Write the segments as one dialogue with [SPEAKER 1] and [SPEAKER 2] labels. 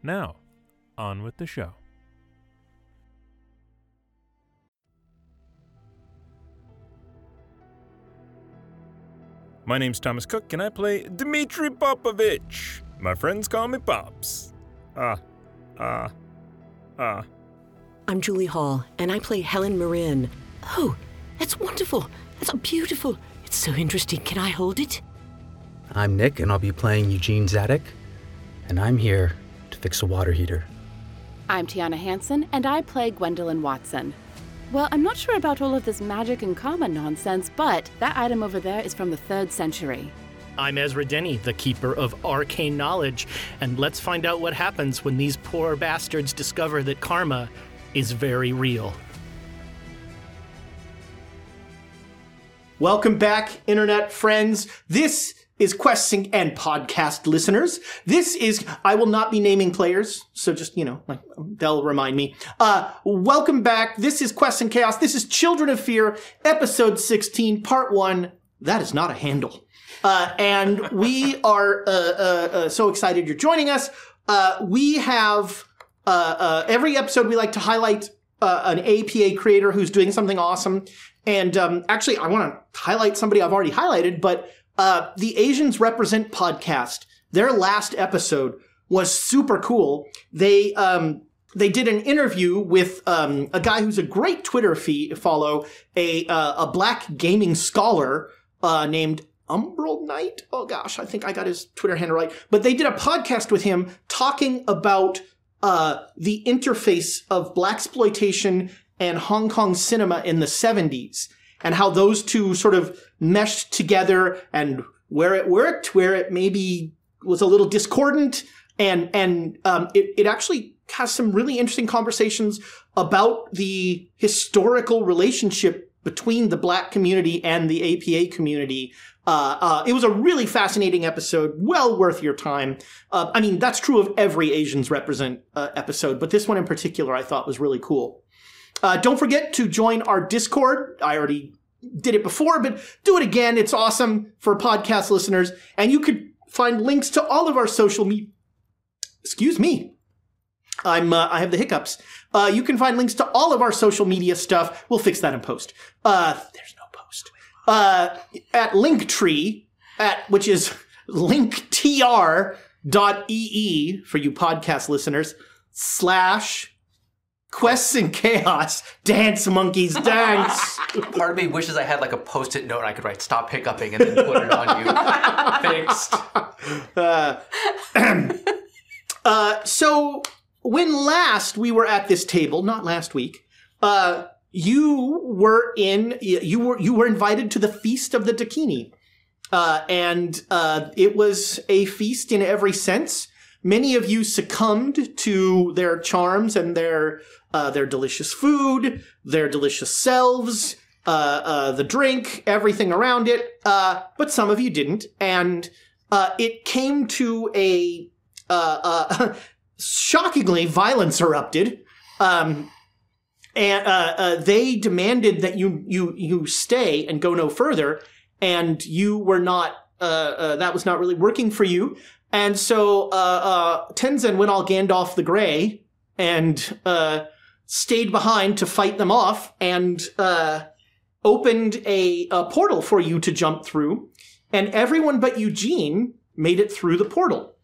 [SPEAKER 1] Now, on with the show. My name's Thomas Cook, and I play Dmitri Popovich. My friends call me Pops. Ah, ah, ah.
[SPEAKER 2] I'm Julie Hall, and I play Helen Marin. Oh, that's wonderful. That's beautiful. It's so interesting. Can I hold it?
[SPEAKER 3] I'm Nick, and I'll be playing Eugene Zadek, and I'm here to fix a water heater.
[SPEAKER 4] I'm Tiana Hansen, and I play Gwendolyn Watson. Well, I'm not sure about all of this magic and karma nonsense, but that item over there is from the 3rd century.
[SPEAKER 5] I'm Ezra Denny, the keeper of arcane knowledge, and let's find out what happens when these poor bastards discover that karma is very real.
[SPEAKER 6] Welcome back, internet friends. This is questing and podcast listeners. This is I will not be naming players, so just you know, like they'll remind me. Uh, welcome back. This is Quest and Chaos. This is Children of Fear, episode sixteen, part one. That is not a handle. Uh, and we are uh, uh, uh, so excited you're joining us. Uh, we have uh, uh, every episode we like to highlight uh, an APA creator who's doing something awesome. And um, actually, I want to highlight somebody I've already highlighted, but uh, the Asians Represent podcast, their last episode was super cool. They um, they did an interview with um, a guy who's a great Twitter fee- follow, a uh, a black gaming scholar uh, named Umbral Knight. Oh gosh, I think I got his Twitter handle right. But they did a podcast with him talking about uh, the interface of black exploitation and Hong Kong cinema in the 70s and how those two sort of meshed together and where it worked, where it maybe was a little discordant, and and um, it it actually has some really interesting conversations about the historical relationship between the black community and the APA community. Uh, uh, it was a really fascinating episode, well worth your time. Uh, I mean, that's true of every Asians Represent uh, episode, but this one in particular I thought was really cool. Uh, don't forget to join our Discord. I already did it before, but do it again. It's awesome for podcast listeners. And you could find links to all of our social media. Excuse me. I'm uh, I have the hiccups. Uh, you can find links to all of our social media stuff. We'll fix that in post. Uh, there's no post. Uh, at Linktree, at which is linktr.ee for you podcast listeners slash quests and chaos dance monkeys dance.
[SPEAKER 7] Part of me wishes I had like a post-it note and I could write "Stop hiccuping" and then put it on you. Fixed.
[SPEAKER 6] Uh, so when last we were at this table, not last week, uh, you were in you were you were invited to the feast of the Dakini. Uh, and uh, it was a feast in every sense. Many of you succumbed to their charms and their uh, their delicious food, their delicious selves, uh, uh, the drink, everything around it. Uh, but some of you didn't, and uh, it came to a uh, uh, shockingly, violence erupted. Um, and uh, uh, they demanded that you you you stay and go no further, and you were not. Uh, uh, that was not really working for you, and so uh, uh, Tenzin went all Gandalf the Grey and uh, stayed behind to fight them off, and uh, opened a, a portal for you to jump through, and everyone but Eugene made it through the portal.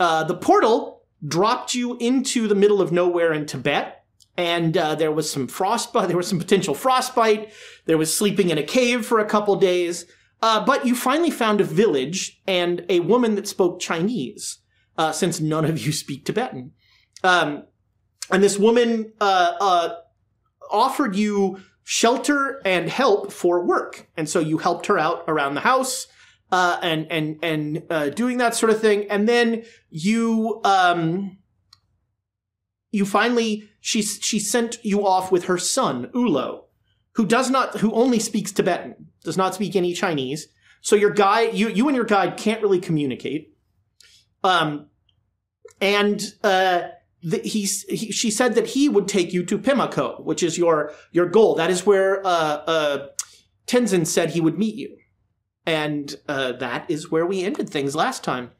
[SPEAKER 6] Uh, the portal dropped you into the middle of nowhere in Tibet, and uh, there was some frostbite. There was some potential frostbite. There was sleeping in a cave for a couple days. Uh, but you finally found a village and a woman that spoke Chinese, uh, since none of you speak Tibetan. Um, and this woman uh, uh, offered you shelter and help for work, and so you helped her out around the house uh, and and and uh, doing that sort of thing. And then you um, you finally she she sent you off with her son Ulo, who does not who only speaks Tibetan, does not speak any Chinese. So your guide, you you and your guide can't really communicate. Um, and uh, the, he's he, she said that he would take you to Pimlico, which is your your goal. That is where uh, uh, Tenzin said he would meet you, and uh, that is where we ended things last time.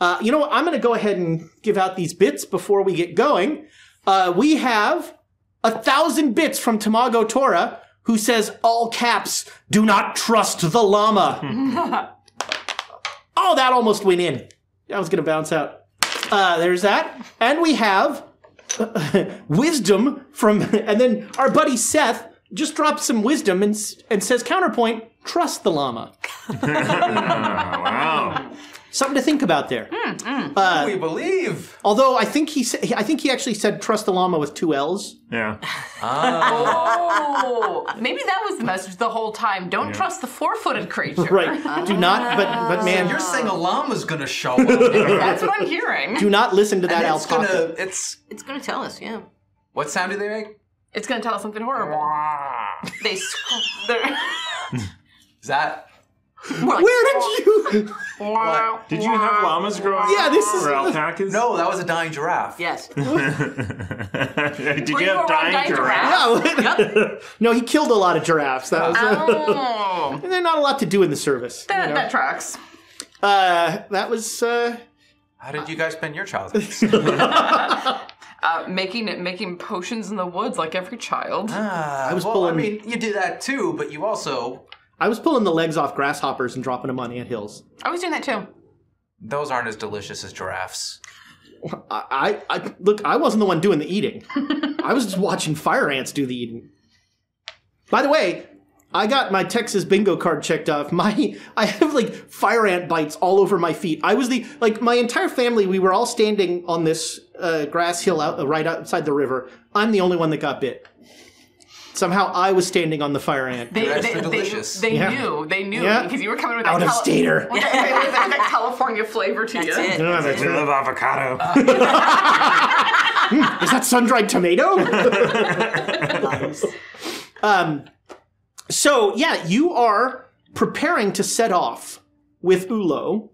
[SPEAKER 6] Uh, you know what? I'm going to go ahead and give out these bits before we get going. Uh, we have a thousand bits from Tamago Tora, who says, all caps, do not trust the llama. oh, that almost went in. That was going to bounce out. Uh, there's that. And we have wisdom from, and then our buddy Seth just dropped some wisdom and, s- and says, counterpoint, trust the llama.
[SPEAKER 1] wow.
[SPEAKER 6] Something to think about there.
[SPEAKER 7] we believe.
[SPEAKER 6] Although I think he said, I think he actually said trust the llama with two L's.
[SPEAKER 1] Yeah.
[SPEAKER 8] Oh, maybe that was the message the whole time. Don't trust the four-footed creature.
[SPEAKER 6] Right. Do not, but
[SPEAKER 8] Ah.
[SPEAKER 6] but man,
[SPEAKER 7] You're saying a llama's gonna show up.
[SPEAKER 8] That's what I'm hearing.
[SPEAKER 6] do not listen to that
[SPEAKER 7] it's
[SPEAKER 6] alpaca.
[SPEAKER 7] gonna. It's.
[SPEAKER 2] It's gonna tell us, yeah.
[SPEAKER 7] What sound do they make?
[SPEAKER 8] It's gonna tell us something horrible. They sc- they're-
[SPEAKER 7] Is that?
[SPEAKER 6] Where did you?
[SPEAKER 1] Did you have llamas growing up?
[SPEAKER 6] Yeah, this is-
[SPEAKER 1] Or alpacas?
[SPEAKER 7] No, Oh, that was a dying giraffe.
[SPEAKER 2] Yes.
[SPEAKER 1] Did you
[SPEAKER 8] Were you
[SPEAKER 1] have
[SPEAKER 8] around
[SPEAKER 1] dying
[SPEAKER 8] dying
[SPEAKER 1] giraffe?
[SPEAKER 6] no, he killed a lot of giraffes. That was,
[SPEAKER 8] oh,
[SPEAKER 6] and they're not a lot to do in the service.
[SPEAKER 8] Um, that, that tracks.
[SPEAKER 6] Uh, that was uh,
[SPEAKER 7] How did you guys spend your childhood?
[SPEAKER 8] Uh, making it, making potions in the woods like every child.
[SPEAKER 7] I
[SPEAKER 6] was
[SPEAKER 7] Ah, well,
[SPEAKER 6] pulling-
[SPEAKER 7] I mean, you do that too, but you also
[SPEAKER 6] I was pulling the legs off grasshoppers and dropping them on anthills.
[SPEAKER 8] I was doing that too.
[SPEAKER 7] those aren't as delicious as giraffes.
[SPEAKER 6] I, I, I look. I wasn't the one doing the eating. I was just watching fire ants do the eating. By the way, I got my Texas bingo card checked off. My I have like fire ant bites all over my feet. I was the like my entire family. We were all standing on this uh, grass hill out uh, right outside the river. I'm the only one that got bit. Somehow I was standing on the fire ant.
[SPEAKER 8] They,
[SPEAKER 7] Giraffes
[SPEAKER 8] they,
[SPEAKER 7] are
[SPEAKER 8] they-
[SPEAKER 7] delicious.
[SPEAKER 8] they
[SPEAKER 6] Yeah.
[SPEAKER 8] knew. They knew
[SPEAKER 6] Yeah.
[SPEAKER 8] because you were coming with that
[SPEAKER 6] Out of
[SPEAKER 8] Cali-
[SPEAKER 6] stater.
[SPEAKER 8] with that, with that- that California flavor to you.
[SPEAKER 2] That's it.
[SPEAKER 6] Ah, that's
[SPEAKER 1] We
[SPEAKER 6] right.
[SPEAKER 1] love avocado.
[SPEAKER 7] Uh,
[SPEAKER 6] Is that sun dried tomato?
[SPEAKER 2] Lies.
[SPEAKER 6] Um, So yeah, you are preparing to set off with Ulo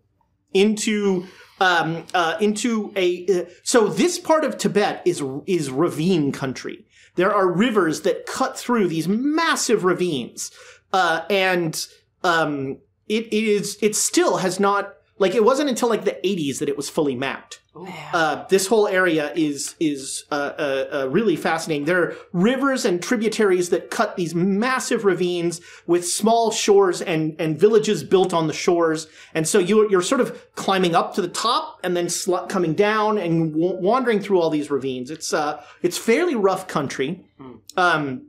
[SPEAKER 6] into um, uh, into a. Uh, so this part of Tibet is is ravine country. There are rivers that cut through these massive ravines, uh, and um, it, it is it still has not like it wasn't until like the 80s that it was fully mapped. Uh, this whole area is is uh, uh, uh, really fascinating. There are rivers and tributaries that cut these massive ravines with small shores and and villages built on the shores. And so you you're sort of climbing up to the top and then sl- coming down and w- wandering through all these ravines. It's uh it's fairly rough country. Um,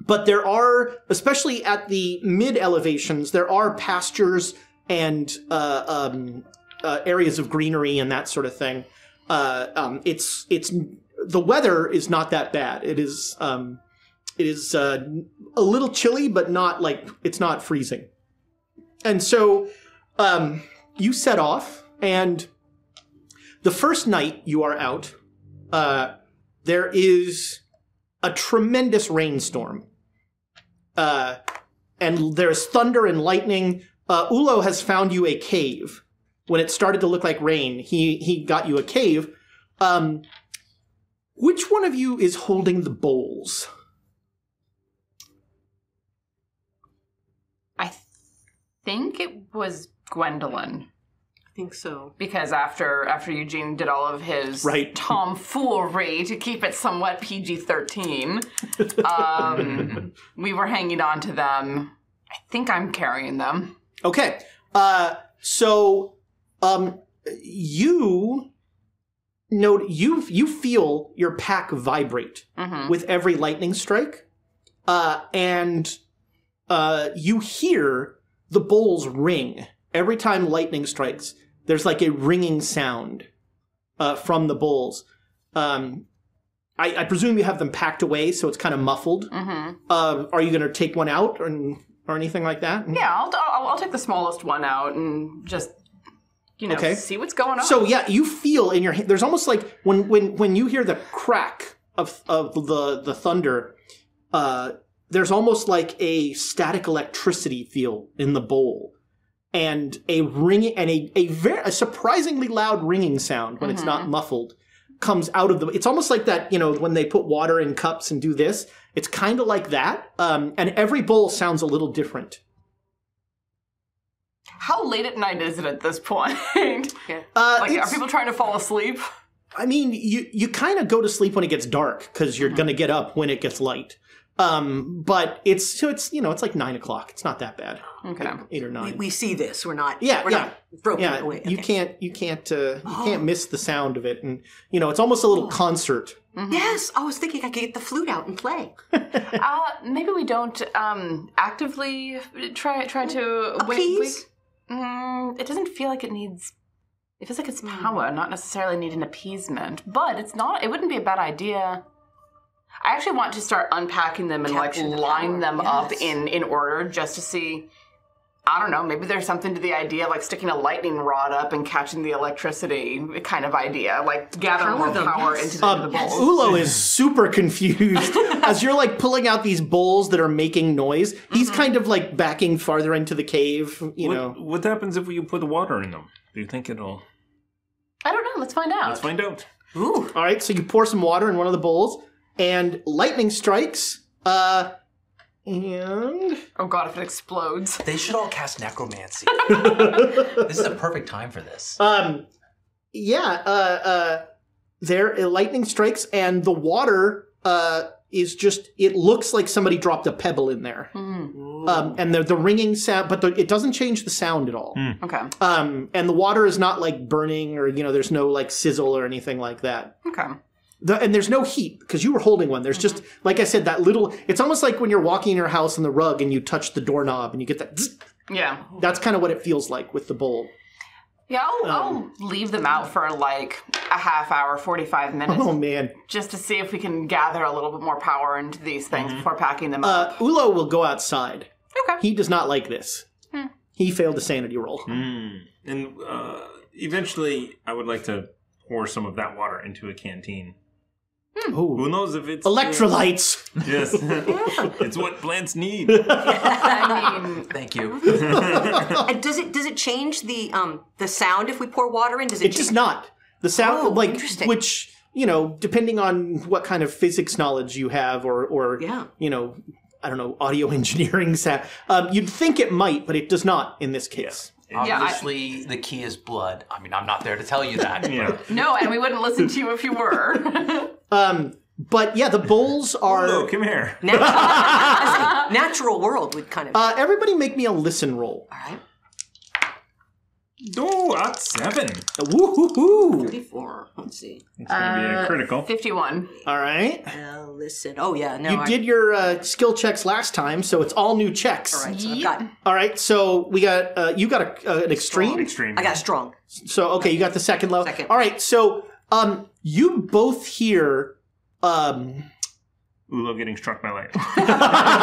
[SPEAKER 6] but there are, especially at the mid elevations, there are pastures and uh, um, uh, areas of greenery and that sort of thing. Uh, um, it's it's the weather is not that bad. It is um, it is uh, a little chilly, but not like it's not freezing. And so um, you set off, and the first night you are out, uh, there is a tremendous rainstorm. Uh, and there's thunder and lightning. Uh, Ulo has found you a cave. When it started to look like rain, he, he got you a cave. Um, which one of you is holding the bowls?
[SPEAKER 8] I th- think it was Gwendolyn.
[SPEAKER 2] I think so.
[SPEAKER 8] because after after Eugene did all of his
[SPEAKER 6] Right.
[SPEAKER 8] tomfoolery to keep it somewhat PG thirteen, um, we were hanging on to them. I think I'm carrying them.
[SPEAKER 6] Okay. Uh, so um, you know you you feel your pack vibrate with every lightning strike, uh, and uh, you hear the bowls ring every time lightning strikes. There's like a ringing sound uh, from the bowls. Um, I, I presume you have them packed away, so it's kind of muffled. Uh, are you going to take one out or, or anything like that?
[SPEAKER 8] Yeah, I'll, I'll I'll take the smallest one out and just you know,
[SPEAKER 6] Okay.
[SPEAKER 8] see what's going on.
[SPEAKER 6] So yeah, you feel in your hand. There's almost like when when when you hear the crack of of the the thunder. Uh, there's almost like a static electricity feel in the bowl, and a ring and a a, ver- a surprisingly loud ringing sound when it's
[SPEAKER 8] Mm-hmm.
[SPEAKER 6] not muffled comes out of the. It's almost like that you know when they put water in cups and do this. It's kind of like that, um, and every bowl sounds a little different.
[SPEAKER 8] How late at night is it at this point? like, are
[SPEAKER 6] Uh, it's-
[SPEAKER 8] people trying to fall asleep?
[SPEAKER 6] I mean, you you kind of go to sleep when it gets dark because you're gonna get up when it gets light. Um, but it's so it's you know it's like nine o'clock. It's not that bad.
[SPEAKER 8] Okay.
[SPEAKER 6] Eight or nine.
[SPEAKER 2] We see this. We're not.
[SPEAKER 6] yeah,
[SPEAKER 2] we're
[SPEAKER 6] yeah.
[SPEAKER 2] not broken
[SPEAKER 6] yeah,
[SPEAKER 2] away.
[SPEAKER 6] you can't you can't uh, you can't miss the sound of it, and you know it's almost a little concert.
[SPEAKER 2] Yes, I was thinking I could get the flute out and play.
[SPEAKER 8] Uh, maybe we don't um, actively try try to wake.
[SPEAKER 2] Appease?
[SPEAKER 8] wake- Mm, it doesn't feel like it needs. It feels like
[SPEAKER 2] Hmm.
[SPEAKER 8] it's power, not necessarily need an appeasement. But it's not. It wouldn't be a bad idea. I actually want to start unpacking them and
[SPEAKER 2] Capture the
[SPEAKER 8] like line
[SPEAKER 2] power,
[SPEAKER 8] them up
[SPEAKER 2] yes.
[SPEAKER 8] in in order, just to see. I don't know. Maybe there's something to the idea of like sticking a lightning rod up and catching the electricity kind of idea, like gather
[SPEAKER 2] Power
[SPEAKER 8] more
[SPEAKER 2] them,
[SPEAKER 8] power
[SPEAKER 2] yes.
[SPEAKER 8] into the,
[SPEAKER 6] Um,
[SPEAKER 8] the bowl.
[SPEAKER 6] Ulo is super confused as you're like pulling out these bowls that are making noise. He's kind of like backing farther into the cave. You
[SPEAKER 1] what,
[SPEAKER 6] know,
[SPEAKER 1] what happens if you put water in them? Do you think it'll?
[SPEAKER 8] I don't know. Let's find out.
[SPEAKER 1] Let's find out.
[SPEAKER 2] Ooh,
[SPEAKER 6] All right, so you pour some water in one of the bowls, and lightning strikes. Uh, and
[SPEAKER 8] oh god, if it explodes.
[SPEAKER 7] They should all cast necromancy. this is a perfect time for this.
[SPEAKER 6] um, yeah, uh, uh, there uh, lightning strikes, and the water uh is just it looks like somebody dropped a pebble in there. Um, and the the ringing sound, but the, it doesn't change the sound at all.
[SPEAKER 1] Hmm.
[SPEAKER 8] Okay.
[SPEAKER 6] Um, and the water is not like burning or you know, there's no like sizzle or anything like that.
[SPEAKER 8] Okay.
[SPEAKER 6] The, and there's no heat because you were holding one. There's just, like I said, that little. It's almost like when you're walking in your house on the rug and you touch the doorknob and you get that. zzz.
[SPEAKER 8] Yeah.
[SPEAKER 6] That's kind of what it feels like with the bowl.
[SPEAKER 8] Yeah, I'll, I'll leave them out for like a half hour, 45 minutes,
[SPEAKER 6] Oh man,
[SPEAKER 8] just to see if we can gather a little bit more power into these things
[SPEAKER 1] Mm-hmm.
[SPEAKER 8] before packing them up.
[SPEAKER 6] uh, Ulo will go outside.
[SPEAKER 8] Okay.
[SPEAKER 6] He does not like this. He failed a sanity roll.
[SPEAKER 2] Hmm.
[SPEAKER 1] And uh, eventually, I would like to pour some of that water into a canteen.
[SPEAKER 6] Ooh.
[SPEAKER 1] Who knows if it's
[SPEAKER 6] Electrolytes.
[SPEAKER 1] Yes, it's what plants need.
[SPEAKER 8] I mean,
[SPEAKER 7] Thank you.
[SPEAKER 2] and does it does it change the um the sound if we pour water in? Does it?
[SPEAKER 6] It does
[SPEAKER 2] change-
[SPEAKER 6] not. The sound,
[SPEAKER 2] Oh,
[SPEAKER 6] like,
[SPEAKER 2] interesting.
[SPEAKER 6] which you know, depending on what kind of physics knowledge you have, or or
[SPEAKER 2] Yeah.
[SPEAKER 6] you know, I don't know, audio engineering sound. Um, you'd think it might, but it does not in this case.
[SPEAKER 8] I-
[SPEAKER 7] Obviously, the key is blood. I mean, I'm not there to tell you that.
[SPEAKER 1] Yeah.
[SPEAKER 8] no, and we wouldn't listen to you if you were.
[SPEAKER 6] Um, but yeah, the bowls are.
[SPEAKER 1] Oh, come here.
[SPEAKER 2] Nat- natural world would kind of.
[SPEAKER 6] Uh, everybody, make me a listen roll.
[SPEAKER 2] all right.
[SPEAKER 1] Oh, at seven.
[SPEAKER 6] Uh, Woo-hoo-hoo.
[SPEAKER 2] Thirty-four. Let's see.
[SPEAKER 1] It's gonna be a critical.
[SPEAKER 8] 51.
[SPEAKER 6] All right.
[SPEAKER 2] Uh, listen. Oh yeah. No.
[SPEAKER 6] You
[SPEAKER 2] I,
[SPEAKER 6] did your uh, skill checks last time, so it's all new checks.
[SPEAKER 2] All right. So I've got.
[SPEAKER 6] All right, so we got uh, you got a, uh, an extreme.
[SPEAKER 1] Extreme.
[SPEAKER 2] I got strong.
[SPEAKER 6] So okay, you got the second level.
[SPEAKER 2] Second.
[SPEAKER 6] All right, so um, you both hear um,
[SPEAKER 1] Ulo getting struck by lightning.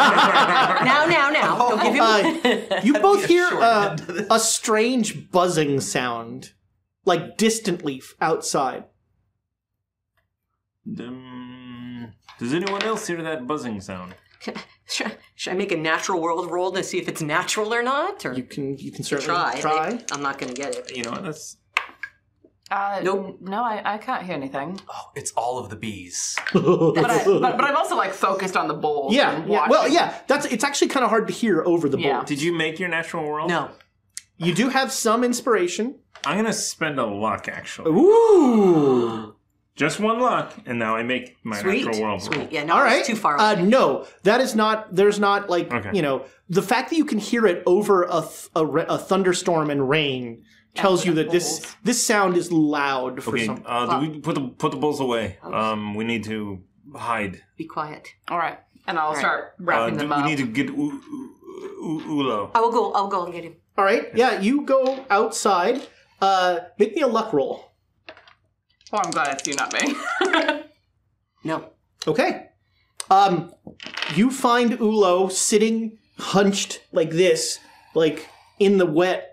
[SPEAKER 2] Now, now, now.
[SPEAKER 6] Oh.
[SPEAKER 2] Don't give him.
[SPEAKER 6] uh, you both hear uh, a strange buzzing sound, like distantly f- outside.
[SPEAKER 1] Um, does anyone else hear that buzzing sound?
[SPEAKER 2] Should, should I make a natural world roll to see if it's natural or not? Or
[SPEAKER 6] You can you can certainly
[SPEAKER 2] try?
[SPEAKER 6] try.
[SPEAKER 2] I, am not going to get it.
[SPEAKER 1] You know, that's
[SPEAKER 8] Uh,
[SPEAKER 2] Nope.
[SPEAKER 8] No, I, I can't hear anything.
[SPEAKER 7] Oh, it's all of the bees.
[SPEAKER 8] But, I, but, but I'm also like focused on the bowl.
[SPEAKER 6] yeah,
[SPEAKER 8] and
[SPEAKER 6] yeah.
[SPEAKER 8] watching.
[SPEAKER 6] Well, yeah. That's it's actually kind of hard to hear over the
[SPEAKER 8] Yeah.
[SPEAKER 6] bowl.
[SPEAKER 1] Did you make your natural world?
[SPEAKER 2] No.
[SPEAKER 6] You do have some inspiration.
[SPEAKER 1] I'm gonna spend a luck actually.
[SPEAKER 6] Ooh.
[SPEAKER 1] Just one luck, and now I make my
[SPEAKER 2] Sweet.
[SPEAKER 1] natural world. roll.
[SPEAKER 2] Sweet. Yeah. No.
[SPEAKER 6] All right.
[SPEAKER 2] It's too far.
[SPEAKER 6] Uh, no, that is not. There's not like
[SPEAKER 1] Okay.
[SPEAKER 6] you know the fact that you can hear it over a th- a, re- a thunderstorm and rain tells you that this this sound is loud for
[SPEAKER 1] Okay,
[SPEAKER 6] some.
[SPEAKER 1] uh, do we put the put the bulls away? Um, we need to hide.
[SPEAKER 2] Be quiet.
[SPEAKER 8] All right. And I'll start
[SPEAKER 1] Uh,
[SPEAKER 8] wrapping
[SPEAKER 1] d-
[SPEAKER 8] them
[SPEAKER 1] we
[SPEAKER 8] up.
[SPEAKER 1] need to get U- U- U- Ulo.
[SPEAKER 2] I will go. I'll go and get him.
[SPEAKER 6] All right. Yeah, you go outside. Uh, make me a luck roll.
[SPEAKER 8] well, Oh, I'm glad it's you, not me.
[SPEAKER 2] No.
[SPEAKER 6] Okay. Um, you find Ulo sitting hunched like this, like in the wet,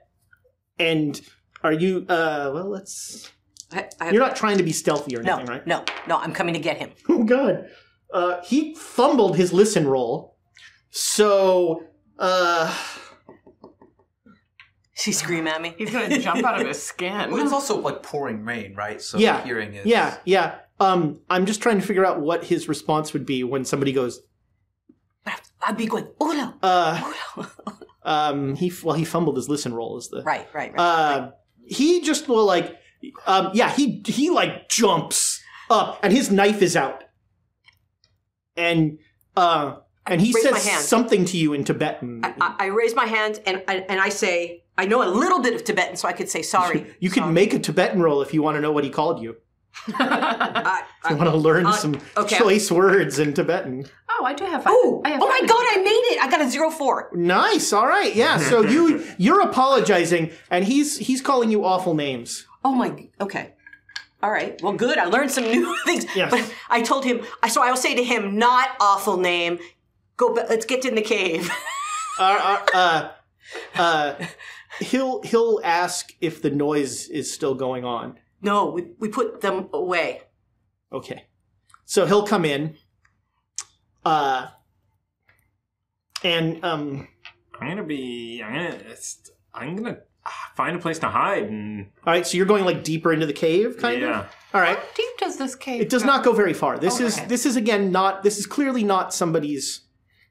[SPEAKER 6] and Are you? Uh, well, let's.
[SPEAKER 2] I, I-
[SPEAKER 6] You're not trying to be stealthy or
[SPEAKER 2] No,
[SPEAKER 6] anything, right?
[SPEAKER 2] no, no. I'm coming to get him.
[SPEAKER 6] Oh god. Uh, he fumbled his listen roll. So uh
[SPEAKER 2] She scream at me.
[SPEAKER 8] He's gonna jump out of his skin.
[SPEAKER 7] Well, it's also like pouring rain, right? So
[SPEAKER 6] yeah.
[SPEAKER 7] hearing is
[SPEAKER 6] Yeah, yeah. Um I'm just trying to figure out what his response would be when somebody goes
[SPEAKER 2] I'd be going, oh no.
[SPEAKER 6] uh um he well he fumbled his listen roll is the
[SPEAKER 2] Right, right, right.
[SPEAKER 6] Uh, he just will like, um, yeah, he he like jumps up, and his knife is out, and uh, and he
[SPEAKER 2] raise my
[SPEAKER 6] says
[SPEAKER 2] hand. Uh,
[SPEAKER 6] something to you in Tibetan.
[SPEAKER 2] I, I raise my hand and I, and I say, I know a little bit of Tibetan, so I could say sorry.
[SPEAKER 6] you could make a Tibetan roll if you want to know what he called you. If you want to learn
[SPEAKER 2] uh,
[SPEAKER 6] some
[SPEAKER 2] okay.
[SPEAKER 6] choice words in Tibetan.
[SPEAKER 8] Oh, I do have five. I have
[SPEAKER 2] oh my
[SPEAKER 8] five.
[SPEAKER 2] god, I made it! I got a zero four.
[SPEAKER 6] Nice. All right. Yeah. So you you're apologizing, and he's he's calling you awful names.
[SPEAKER 2] Oh my. Okay. All right. Well, good. I learned some new things.
[SPEAKER 6] Yes.
[SPEAKER 2] But I told him. I so I will say to him, not awful name. Go. ba- Let's get in the cave.
[SPEAKER 6] uh, uh, uh, uh, he'll he'll ask if the noise is still going on.
[SPEAKER 2] no, we, we put them away.
[SPEAKER 6] Okay, so he'll come in, uh, and um,
[SPEAKER 1] I'm gonna be. I'm gonna. It's, I'm gonna ah, find a place to hide and.
[SPEAKER 6] all right. So you're going like deeper into the cave, kind
[SPEAKER 1] Yeah.
[SPEAKER 6] of. All right.
[SPEAKER 8] How deep does this cave?
[SPEAKER 6] It does not go very far. This is this is again not. This is clearly not somebody's.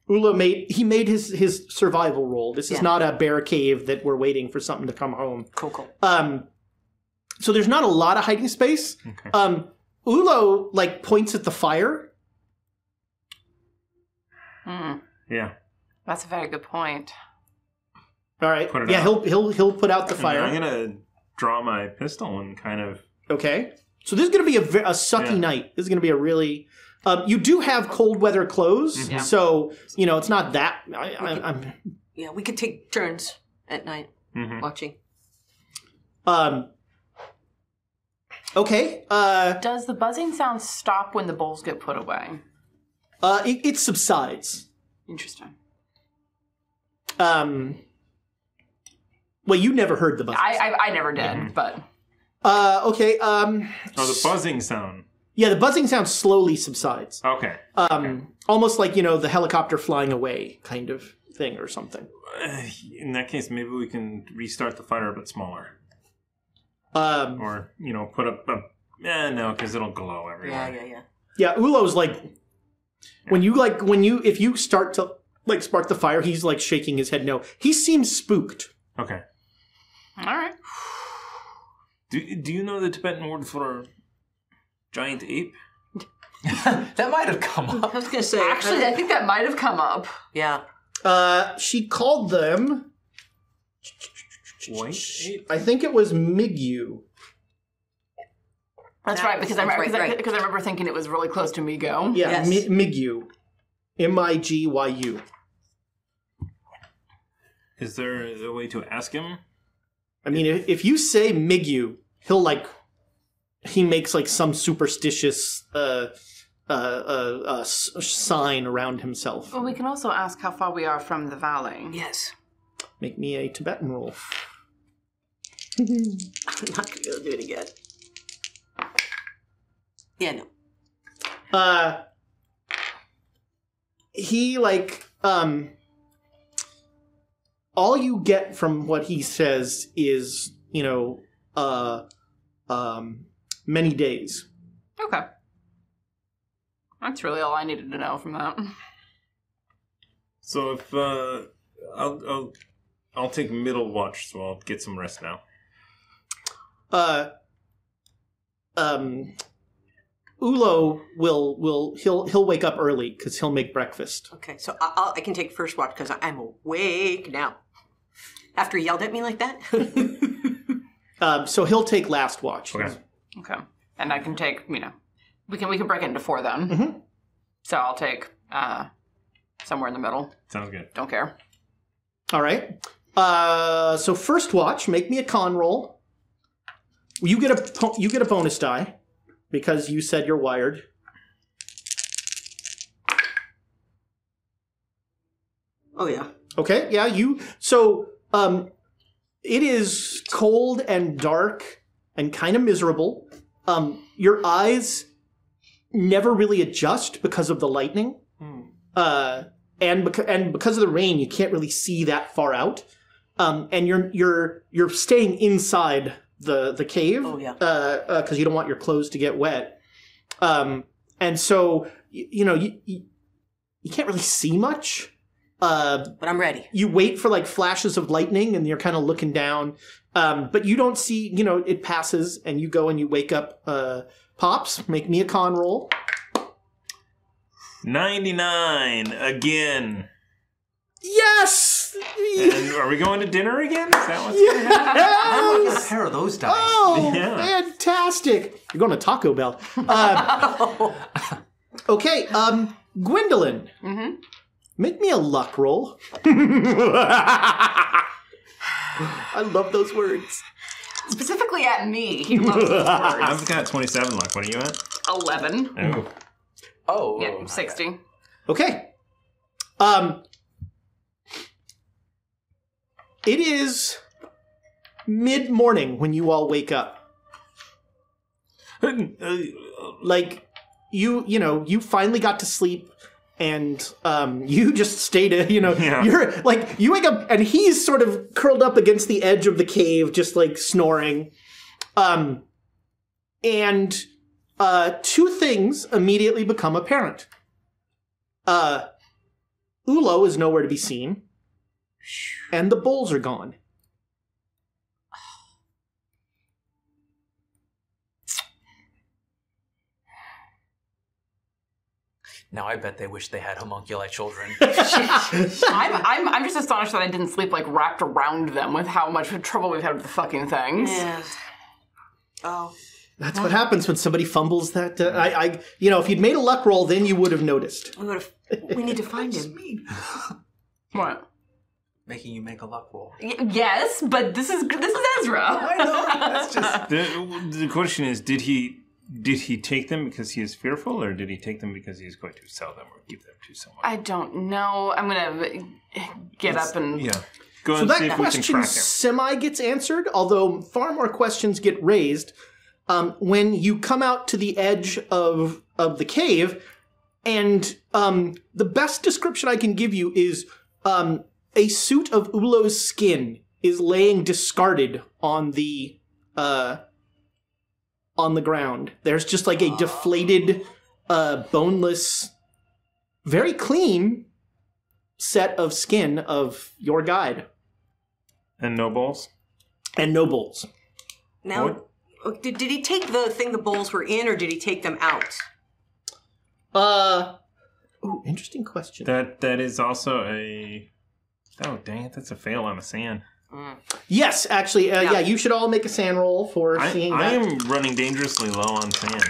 [SPEAKER 6] Ula made he made his his survival roll. This is
[SPEAKER 2] Yeah.
[SPEAKER 6] not a bear cave that we're waiting for something to come home.
[SPEAKER 2] Cool, cool.
[SPEAKER 6] Um, so there's not a lot of hiding space. Um, Ulo like points at the fire.
[SPEAKER 8] Hmm,
[SPEAKER 1] Yeah.
[SPEAKER 8] that's a very good point.
[SPEAKER 6] All right.
[SPEAKER 1] Put it
[SPEAKER 6] yeah,
[SPEAKER 1] out.
[SPEAKER 6] he'll he'll he'll put out the
[SPEAKER 1] And
[SPEAKER 6] fire.
[SPEAKER 1] I'm gonna draw my pistol and kind of.
[SPEAKER 6] Okay. So this is going to be a, ve- a sucky
[SPEAKER 1] Yeah.
[SPEAKER 6] night. This is going to be a really. Um, you do have cold weather clothes,
[SPEAKER 1] Mm-hmm.
[SPEAKER 8] Yeah.
[SPEAKER 6] so you know it's not that. I, I, I'm.
[SPEAKER 2] Yeah, we could take turns at night
[SPEAKER 1] Mhm.
[SPEAKER 2] watching.
[SPEAKER 6] Um, okay. Uh,
[SPEAKER 8] Does the buzzing sound stop when the bowls get put away?
[SPEAKER 6] uh, it, it subsides.
[SPEAKER 8] Interesting.
[SPEAKER 6] Um, well, you never heard the buzz.
[SPEAKER 8] I I, I never did, but
[SPEAKER 6] Uh, okay. Um,
[SPEAKER 1] Oh, the buzzing sound.
[SPEAKER 6] yeah, the buzzing sound slowly subsides.
[SPEAKER 1] Okay.
[SPEAKER 6] um, almost like you know the helicopter flying away kind of thing or something.
[SPEAKER 1] Uh, In that case, maybe we can restart the fire a bit smaller,
[SPEAKER 6] Um,
[SPEAKER 1] or you know, put up. a eh, no, because it'll glow
[SPEAKER 2] Yeah,
[SPEAKER 1] everywhere.
[SPEAKER 2] yeah, yeah.
[SPEAKER 6] yeah, Ulo's like when you like when you if you start to like spark the fire, he's like shaking his head no. He seems spooked.
[SPEAKER 1] Okay.
[SPEAKER 8] all right.
[SPEAKER 1] Do Do you know the Tibetan word for giant ape?
[SPEAKER 7] that might have come
[SPEAKER 2] I
[SPEAKER 7] up.
[SPEAKER 2] was gonna say
[SPEAKER 8] Actually, I think that might have come up.
[SPEAKER 2] yeah.
[SPEAKER 6] Uh, she called them.
[SPEAKER 1] White ape.
[SPEAKER 6] I think it was Migu.
[SPEAKER 8] That's
[SPEAKER 2] That
[SPEAKER 8] right, because I
[SPEAKER 2] sounds
[SPEAKER 8] remember because
[SPEAKER 2] right,
[SPEAKER 8] I,
[SPEAKER 2] right.
[SPEAKER 8] because I remember thinking it was really close to Migo.
[SPEAKER 6] Yeah,
[SPEAKER 2] Yes.
[SPEAKER 6] Mi- Migu. M i g y u.
[SPEAKER 1] Is there is there a way to ask him?
[SPEAKER 6] I mean, if, if you say Migu, he'll like he makes like some superstitious uh, uh, uh, uh, s- sign around himself.
[SPEAKER 8] Well, we can also ask how far we are from the valley.
[SPEAKER 2] Yes.
[SPEAKER 6] Make me a Tibetan roll.
[SPEAKER 2] I'm not gonna be able to do it again. Yeah, no.
[SPEAKER 6] Uh, he like um, all you get from what he says is you know uh, um, many days.
[SPEAKER 8] Okay. That's really all I needed to know from that.
[SPEAKER 1] So if uh, I'll, I'll I'll take middle watch, so I'll get some rest now.
[SPEAKER 6] Uh, um, Ulo will will he'll he'll wake up early because he'll make breakfast.
[SPEAKER 2] Okay, so I, I'll, I can take first watch because I'm awake now. After he yelled at me like that,
[SPEAKER 6] Um, so he'll take last watch.
[SPEAKER 1] Okay.
[SPEAKER 8] Okay. And I can take, you know, we can we can break it into four then.
[SPEAKER 6] Mm-hmm.
[SPEAKER 8] So I'll take uh somewhere in the middle.
[SPEAKER 1] Sounds good.
[SPEAKER 8] Don't care.
[SPEAKER 6] All right. Uh, so first watch, make me a con roll. You get a po- you get a bonus die because you said you're wired.
[SPEAKER 2] oh yeah,
[SPEAKER 6] Okay. Yeah. You so um, It is cold and dark and kind of miserable. Um, your eyes never really adjust because of the lightning, uh, and beca- and because of the rain, you can't really see that far out. Um, and you're you're you're staying inside the the cave
[SPEAKER 2] Oh,
[SPEAKER 6] because you don't want your clothes to get wet. Um, and so y- you know you, you, you can't really see much. Uh,
[SPEAKER 2] but I'm ready.
[SPEAKER 6] You wait for like flashes of lightning, and you're kind of looking down, um, but you don't see. You know, it passes, and you go and you wake up. Uh, Pops, make me a con roll.
[SPEAKER 1] 99 again.
[SPEAKER 6] Yes!
[SPEAKER 1] And are we going to dinner again? Is that what's going to happen?
[SPEAKER 6] Yes!
[SPEAKER 1] a pair of those dice.
[SPEAKER 6] Oh,
[SPEAKER 1] yeah.
[SPEAKER 6] fantastic! You're going to Taco Bell. Uh, okay, um, Gwendolyn,
[SPEAKER 8] Mm-hmm.
[SPEAKER 6] make me a luck roll. I love those words.
[SPEAKER 8] Specifically at me. He loves those words.
[SPEAKER 1] I've got 27 luck. What are you at?
[SPEAKER 8] 11.
[SPEAKER 1] Oh.
[SPEAKER 8] Oh. Yeah, 60.
[SPEAKER 6] Okay. Um, it is mid morning when you all wake up. like you, you know, you finally got to sleep, and um, you just stayed. uh, You know,
[SPEAKER 1] Yeah.
[SPEAKER 6] you're like you wake up, and he's sort of curled up against the edge of the cave, just like snoring. Um, and uh, two things immediately become apparent. Uh, Ulo is nowhere to be seen, and the bulls are gone.
[SPEAKER 7] Now I bet they wish they had homunculi children.
[SPEAKER 8] I'm, I'm, I'm just astonished that I didn't sleep like wrapped around them with how much trouble we've had with the fucking things.
[SPEAKER 2] Yeah. Oh.
[SPEAKER 6] That's what happens when somebody fumbles that. Uh, I, I, you know, if you'd made a luck roll, then you would have noticed.
[SPEAKER 2] We would have. We need to find him.
[SPEAKER 8] What?
[SPEAKER 7] Making you make a luck roll.
[SPEAKER 8] Y- yes, but this is this is Ezra.
[SPEAKER 7] I know. That's just.
[SPEAKER 1] The, the question is, did he did he take them because he is fearful, or did he take them because he is going to sell them or give them to someone?
[SPEAKER 8] I don't know. I'm gonna get
[SPEAKER 1] Let's-
[SPEAKER 8] up and
[SPEAKER 1] yeah. Go
[SPEAKER 6] so
[SPEAKER 1] and see
[SPEAKER 6] that
[SPEAKER 1] if we can
[SPEAKER 6] question
[SPEAKER 1] track him.
[SPEAKER 6] semi gets answered, although far more questions get raised um, when you come out to the edge of of the cave. And um, the best description I can give you is um, a suit of Ulo's skin is laying discarded on the uh, on the ground. There's just like a deflated, uh, boneless, very clean set of skin of your guide
[SPEAKER 1] And no balls?
[SPEAKER 6] and no bulls.
[SPEAKER 2] Now, oh, did, did he take the thing the bowls were in, or did he take them out?
[SPEAKER 6] Uh, ooh, interesting question.
[SPEAKER 1] That that is also a. Oh dang it! That's a fail on a sand.
[SPEAKER 6] Yes, actually, uh, yeah.
[SPEAKER 2] Yeah.
[SPEAKER 6] you should all make a sand roll for
[SPEAKER 1] I,
[SPEAKER 6] seeing
[SPEAKER 1] I
[SPEAKER 6] that.
[SPEAKER 1] am running dangerously low on sand.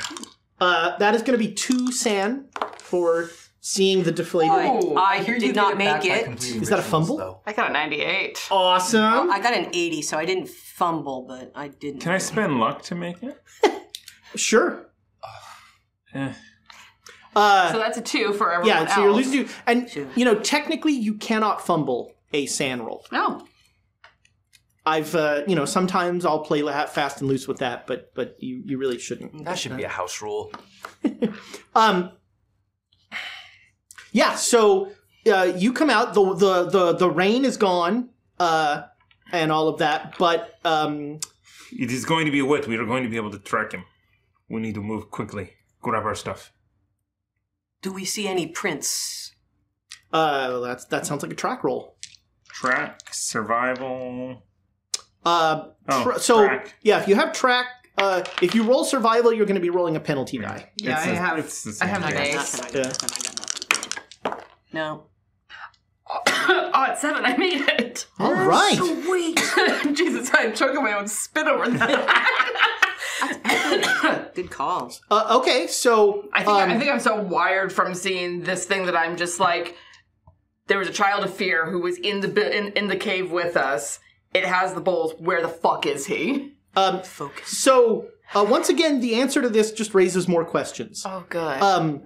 [SPEAKER 6] Uh, that is going to be two sand for seeing the deflated.
[SPEAKER 2] I, I did not make it.
[SPEAKER 6] Is that a fumble?
[SPEAKER 8] I got a 98.
[SPEAKER 6] Awesome.
[SPEAKER 2] I got an 80, so I didn't fumble, but I didn't.
[SPEAKER 1] Can I spend luck to make it?
[SPEAKER 6] Sure.
[SPEAKER 1] Eh.
[SPEAKER 6] Uh,
[SPEAKER 8] So that's a two for everyone
[SPEAKER 6] yeah, so you're
[SPEAKER 8] else.
[SPEAKER 6] losing two. And, you know, technically, you cannot fumble a sand roll.
[SPEAKER 8] No.
[SPEAKER 6] I've, uh, you know, sometimes I'll play la- fast and loose with that, but but you, you really shouldn't.
[SPEAKER 7] That should be a house rule.
[SPEAKER 6] Um, yeah, so uh, you come out. the the the The rain is gone, uh, and all of that. But um,
[SPEAKER 1] It is going to be wet. We are going to be able to track him. We need to move quickly. Grab our stuff.
[SPEAKER 2] Do we see any prints?
[SPEAKER 6] uh, that's that sounds like a track roll.
[SPEAKER 1] Track survival.
[SPEAKER 6] Uh,
[SPEAKER 1] Oh,
[SPEAKER 6] tra- so
[SPEAKER 1] track.
[SPEAKER 6] yeah, if you have track, uh, if you roll survival, you're going to be rolling a penalty die.
[SPEAKER 8] Yeah,
[SPEAKER 1] It's
[SPEAKER 8] I
[SPEAKER 1] a-
[SPEAKER 8] have.
[SPEAKER 1] it's the
[SPEAKER 8] I
[SPEAKER 1] same
[SPEAKER 8] have an
[SPEAKER 1] thing.
[SPEAKER 2] I got
[SPEAKER 8] ace.
[SPEAKER 2] nothing, I
[SPEAKER 6] Yeah.
[SPEAKER 2] got nothing, I got nothing. No.
[SPEAKER 8] oh, it's seven. I made it.
[SPEAKER 6] All right.
[SPEAKER 2] Sweet.
[SPEAKER 8] Jesus, I'm choking my own spit over that.
[SPEAKER 2] Good call.
[SPEAKER 6] Uh, okay, so
[SPEAKER 8] I think I
[SPEAKER 6] um,
[SPEAKER 8] think I'm so wired from seeing this thing that I'm just like, there was a child of fear who was in the bu- in, in the cave with us. It has the bowls. Where the fuck is he?
[SPEAKER 6] um,
[SPEAKER 2] Focus.
[SPEAKER 6] so uh, once again, the answer to this just raises more questions.
[SPEAKER 8] Oh, good.
[SPEAKER 6] um,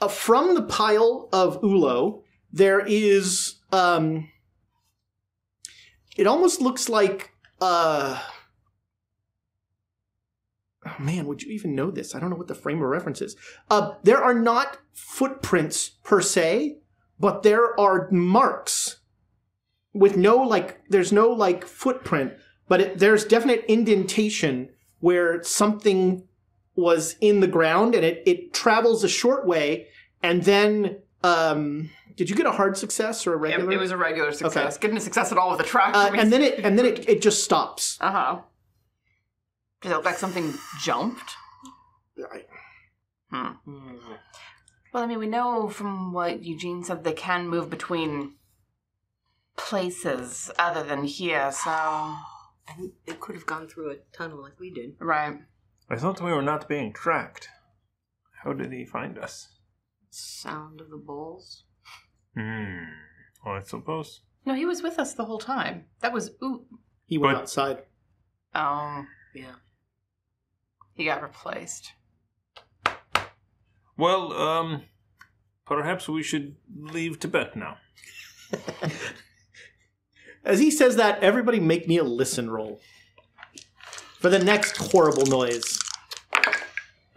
[SPEAKER 6] uh, from the pile of Ulo, there is um, It almost looks like uh oh, man, would you even know this? I don't know what the frame of reference is. Uh, there are not footprints per se, but there are marks with no like there's no like footprint, but it, there's definite indentation where something was in the ground and it it travels a short way and then um did you get a hard success or a
[SPEAKER 8] It,
[SPEAKER 6] regular?
[SPEAKER 8] it was a regular success.
[SPEAKER 6] Okay.
[SPEAKER 8] Getting a success at all with a track.
[SPEAKER 6] Uh, and then it and then it, it just stops.
[SPEAKER 8] Uh huh. Does it look like something jumped? Hmm. Well, I mean, we know from what Eugene said they can move between places other than here, so.
[SPEAKER 2] And it could have gone through a tunnel like we did.
[SPEAKER 8] Right.
[SPEAKER 1] I thought we were not being tracked. How did he find us?
[SPEAKER 2] Sound of the bulls.
[SPEAKER 1] Hmm. Well, I suppose.
[SPEAKER 8] No, he was with us the whole time. That was ooh.
[SPEAKER 6] He went outside.
[SPEAKER 8] Oh, yeah. He got replaced.
[SPEAKER 1] Well, um, perhaps we should leave Tibet now.
[SPEAKER 6] As he says that, everybody make me a listen roll for the next horrible noise.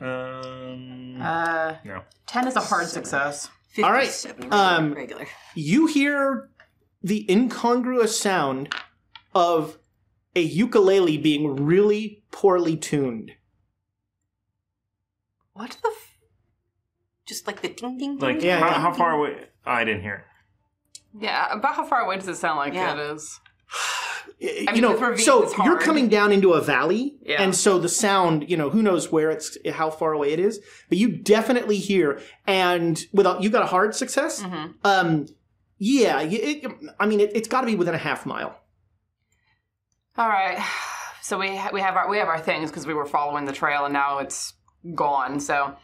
[SPEAKER 1] Um,
[SPEAKER 8] Uh,
[SPEAKER 1] no.
[SPEAKER 8] 10 is a hard success.
[SPEAKER 6] All right. Um, You hear the incongruous sound of a ukulele being really poorly tuned.
[SPEAKER 2] What the? F- just like the ding ding.
[SPEAKER 1] Like,
[SPEAKER 2] ding,
[SPEAKER 1] how,
[SPEAKER 2] ding,
[SPEAKER 1] how far
[SPEAKER 2] ding.
[SPEAKER 1] away? I didn't hear.
[SPEAKER 8] Yeah, about how far away does it sound like
[SPEAKER 2] Yeah.
[SPEAKER 8] that is?
[SPEAKER 6] I
[SPEAKER 8] mean,
[SPEAKER 6] you
[SPEAKER 8] the
[SPEAKER 6] know,
[SPEAKER 8] ravine
[SPEAKER 6] so
[SPEAKER 8] is
[SPEAKER 6] you're
[SPEAKER 8] hard.
[SPEAKER 6] coming down into a valley,
[SPEAKER 8] Yeah.
[SPEAKER 6] and so the sound, you know, who knows where it's, how far away it is, but you definitely hear. And without, you got a hard success.
[SPEAKER 8] Mm-hmm.
[SPEAKER 6] Um, yeah, y- it, I mean, it, it's got to be within a half mile.
[SPEAKER 8] All right. So we ha- we have our we have our things because we were following the trail and now it's gone. So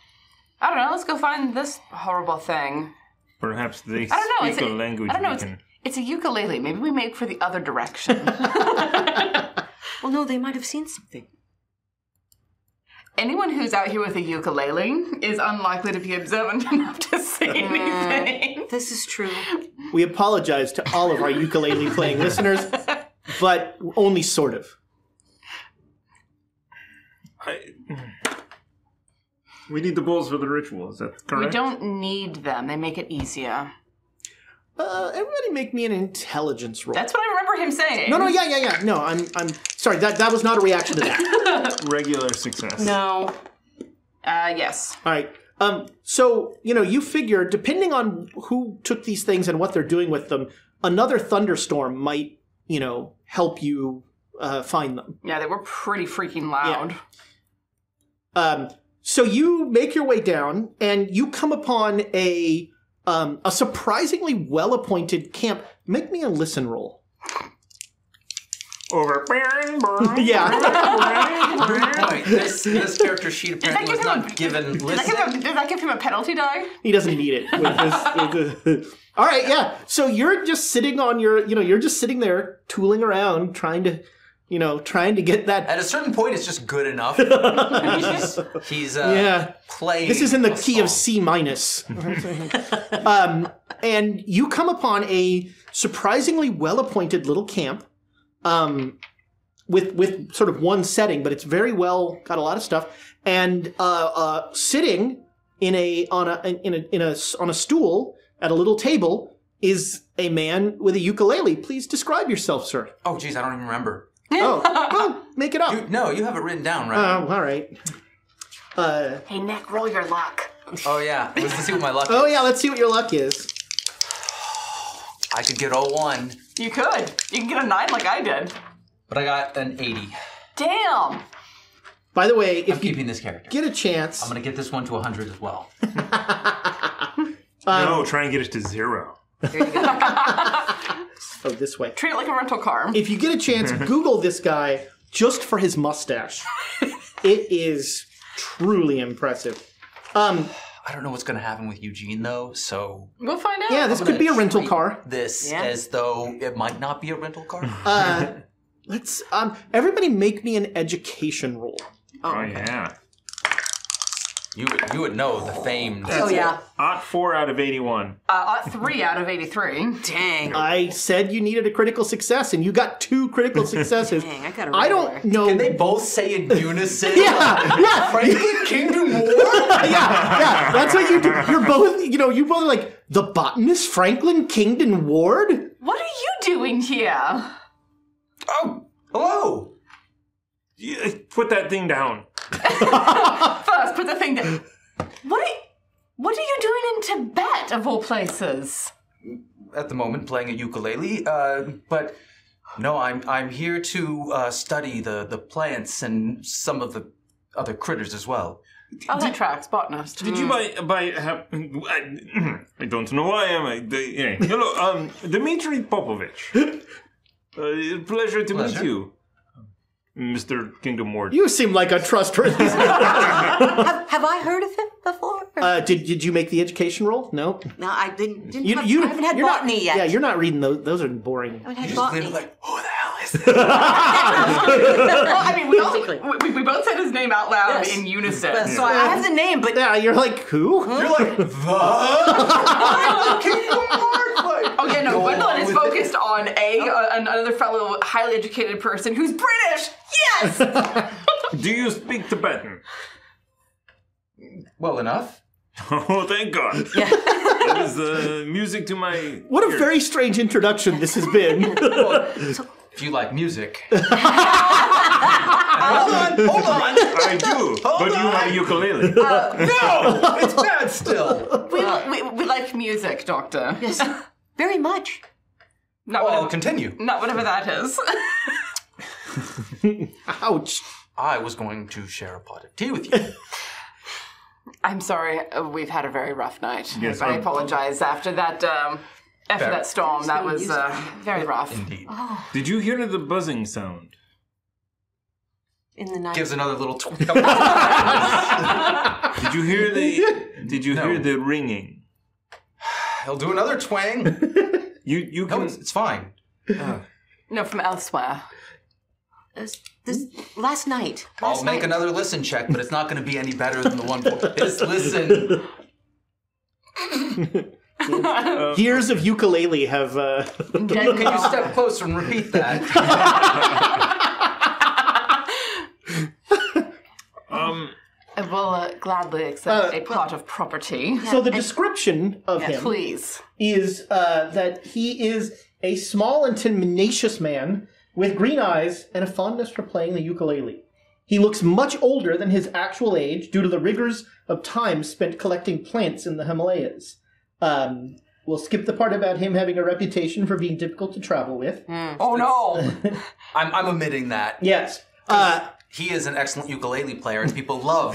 [SPEAKER 8] I don't know. Let's go find this horrible thing.
[SPEAKER 1] Perhaps they
[SPEAKER 8] I don't know. It's
[SPEAKER 1] speak a
[SPEAKER 8] a-
[SPEAKER 1] language
[SPEAKER 8] I don't know.
[SPEAKER 1] we
[SPEAKER 8] It's,
[SPEAKER 1] can.
[SPEAKER 8] it's a ukulele. Maybe we make for the other direction.
[SPEAKER 2] Well, no, they might have seen something.
[SPEAKER 8] Anyone who's out here with a ukulele is unlikely to be observant enough to see
[SPEAKER 1] Uh,
[SPEAKER 8] anything.
[SPEAKER 2] This is true.
[SPEAKER 6] We apologize to all of our ukulele playing listeners, but only sort of.
[SPEAKER 1] I, we need the bulls for the ritual. Is that correct?
[SPEAKER 8] We don't need them. They make it easier.
[SPEAKER 6] Uh, everybody, make me an intelligence roll.
[SPEAKER 8] That's what I remember him saying.
[SPEAKER 6] no, no, yeah, yeah, yeah. No, I'm, I'm sorry. That that was not a reaction to that.
[SPEAKER 1] Regular success.
[SPEAKER 8] No. Uh, yes.
[SPEAKER 6] All right. Um, so you know, you figure depending on who took these things and what they're doing with them, another thunderstorm might, you know, help you uh, find them.
[SPEAKER 8] Yeah, they were pretty freaking loud.
[SPEAKER 6] Um, so you make your way down, and you come upon a um, a surprisingly well-appointed camp. Make me a listen roll.
[SPEAKER 1] Over.
[SPEAKER 6] Yeah.
[SPEAKER 7] Wait, this, this character sheet apparently was not given
[SPEAKER 8] Did, I give
[SPEAKER 7] listen.
[SPEAKER 8] him, did I give him a penalty die?
[SPEAKER 6] He doesn't need it. with this- with this- All right, yeah. So you're just sitting on your, you know, you're just sitting there tooling around, trying to, you know, trying to get that.
[SPEAKER 7] At a certain point, it's just good enough. he's he's uh,
[SPEAKER 6] Yeah.
[SPEAKER 7] playing.
[SPEAKER 6] This is in the
[SPEAKER 7] a
[SPEAKER 6] key of
[SPEAKER 7] song.
[SPEAKER 6] C minus. um, and you come upon a surprisingly well-appointed little camp, um, with with sort of one setting, but it's very well got a lot of stuff. And uh, uh, sitting in a on a in a in a s- on a stool at a little table is a man with a ukulele. Please describe yourself, sir.
[SPEAKER 7] Oh, geez, I don't even remember.
[SPEAKER 6] Oh, well, make it
[SPEAKER 7] You,
[SPEAKER 6] up.
[SPEAKER 7] no, you have it written down, right?
[SPEAKER 6] Oh, all right. Uh,
[SPEAKER 8] Hey, Nick, roll your luck.
[SPEAKER 7] oh, yeah. Let's see what my luck
[SPEAKER 6] oh
[SPEAKER 7] is.
[SPEAKER 6] yeah, let's see what your luck is.
[SPEAKER 7] I could get a 01,
[SPEAKER 8] You could. You can get a nine like I did.
[SPEAKER 7] but I got an 80.
[SPEAKER 8] Damn.
[SPEAKER 6] By the way, if
[SPEAKER 7] I'm
[SPEAKER 6] you
[SPEAKER 7] keeping this character.
[SPEAKER 6] get a chance,
[SPEAKER 7] I'm going to get this one to 100 as well.
[SPEAKER 1] no, try and get it to zero.
[SPEAKER 6] oh, this way.
[SPEAKER 8] Treat it like a rental car.
[SPEAKER 6] If you get a chance, Google this guy just for his mustache. it is truly impressive. Um,
[SPEAKER 7] I don't know what's going to happen with Eugene, though, so
[SPEAKER 8] We'll find out.
[SPEAKER 6] yeah, this
[SPEAKER 7] I'm
[SPEAKER 6] could be a
[SPEAKER 8] Oh,
[SPEAKER 7] gonna
[SPEAKER 6] rental
[SPEAKER 7] treat
[SPEAKER 6] car.
[SPEAKER 7] This
[SPEAKER 8] Yeah.
[SPEAKER 7] as though it might not be a rental car.
[SPEAKER 6] Uh, let's um, everybody make me an education roll.
[SPEAKER 1] Oh, yeah.
[SPEAKER 7] You would, you would know the famed.
[SPEAKER 6] Uh.
[SPEAKER 8] Oh, yeah.
[SPEAKER 1] Ot four out of eighty-one.
[SPEAKER 8] Uh, uh, three out of 83. Dang.
[SPEAKER 6] I said you needed a critical success, and you got two critical successes.
[SPEAKER 8] Dang, I gotta
[SPEAKER 6] I don't know. Can they
[SPEAKER 7] both say in unison?
[SPEAKER 6] yeah, yeah.
[SPEAKER 7] Franklin Kingdom War.
[SPEAKER 6] yeah, yeah. That's what you do. You're both. You know, you both are like the botanist Franklin Kingdon Ward.
[SPEAKER 8] What are you doing here?
[SPEAKER 7] Oh, Hello.
[SPEAKER 1] Yeah, put that thing down.
[SPEAKER 8] First, put the thing down. What are, what are you doing in Tibet, of all places?
[SPEAKER 7] At the moment, playing a ukulele. Uh, but no, I'm I'm here to uh, study the the plants and some of the other critters as well.
[SPEAKER 8] Oh, that tracks, botanist.
[SPEAKER 1] Did you buy buy? Have, I, I don't know why am I. the- yeah. Hello, um, Dmitry Popovich. Uh, pleasure to meet
[SPEAKER 6] Pleasure.
[SPEAKER 1] you, Mr. Kingdom Ward.
[SPEAKER 6] You seem like a trustworthy.
[SPEAKER 2] have, have I heard of him before?
[SPEAKER 6] uh, did did you make the education roll? No.
[SPEAKER 2] no, I didn't. didn't
[SPEAKER 6] You,
[SPEAKER 2] have,
[SPEAKER 6] you
[SPEAKER 2] I haven't had
[SPEAKER 6] you're not-
[SPEAKER 2] botany yet.
[SPEAKER 6] Yeah, you're not reading those. Those are boring.
[SPEAKER 2] I haven't had botany.
[SPEAKER 8] well, I mean, we, all, we, we both said his name out loud
[SPEAKER 2] Yes.
[SPEAKER 8] in unison.
[SPEAKER 2] But- so I- I have the name, but
[SPEAKER 6] yeah, you're like who?
[SPEAKER 2] You're like
[SPEAKER 8] Okay, no, Gwendolyn is focused on a uh, an- another fellow highly educated person who's British. Yes.
[SPEAKER 1] Do you speak Tibetan?
[SPEAKER 7] Well enough.
[SPEAKER 1] Oh, thank God. that is uh, music to my.
[SPEAKER 6] What a very strange introduction this has been.
[SPEAKER 7] If you like music,
[SPEAKER 1] Hold on, hold on. I do, but you have a ukulele.
[SPEAKER 7] no, it's bad still.
[SPEAKER 8] we, li- we we like music, Doctor. Yes,
[SPEAKER 2] very much.
[SPEAKER 6] Oh,
[SPEAKER 8] Not
[SPEAKER 7] Well,
[SPEAKER 8] whatever,
[SPEAKER 7] continue.
[SPEAKER 8] not whatever that is.
[SPEAKER 6] Ouch.
[SPEAKER 7] I was going to share a pot of tea with you.
[SPEAKER 8] I'm sorry. uh, We've had a very rough night.
[SPEAKER 7] Yes,
[SPEAKER 8] I
[SPEAKER 7] I'm-
[SPEAKER 8] apologize after that. Um, after
[SPEAKER 1] Fair.
[SPEAKER 8] that storm, that was uh, very rough.
[SPEAKER 1] Indeed. Did you hear the buzzing sound?
[SPEAKER 2] in the night.
[SPEAKER 7] Gives another little. Tw-
[SPEAKER 1] Did you hear the? Did you hear the ringing?
[SPEAKER 7] He'll do another twang.
[SPEAKER 1] You you
[SPEAKER 7] can. it's, it's fine.
[SPEAKER 8] No, from elsewhere.
[SPEAKER 2] This, this last night.
[SPEAKER 7] I'll make another listen check, but it's not going to be any better than the one. before. It's listen.
[SPEAKER 6] Years of ukulele have. Uh...
[SPEAKER 7] Can, can you step closer and repeat that?
[SPEAKER 1] Um,
[SPEAKER 8] I will uh, gladly accept a plot of property.
[SPEAKER 6] So the description of
[SPEAKER 8] Yeah,
[SPEAKER 6] him
[SPEAKER 8] please.
[SPEAKER 6] is uh, that he is a small and tenacious man with green eyes and a fondness for playing the ukulele. He looks much older than his actual age due to the rigors of time spent collecting plants in the Himalayas. Um, we'll skip the part about him having a reputation for being difficult to travel with.
[SPEAKER 8] Oh no!
[SPEAKER 7] I'm, I'm omitting that.
[SPEAKER 6] Yes. Uh,
[SPEAKER 7] He is an excellent ukulele player, and people love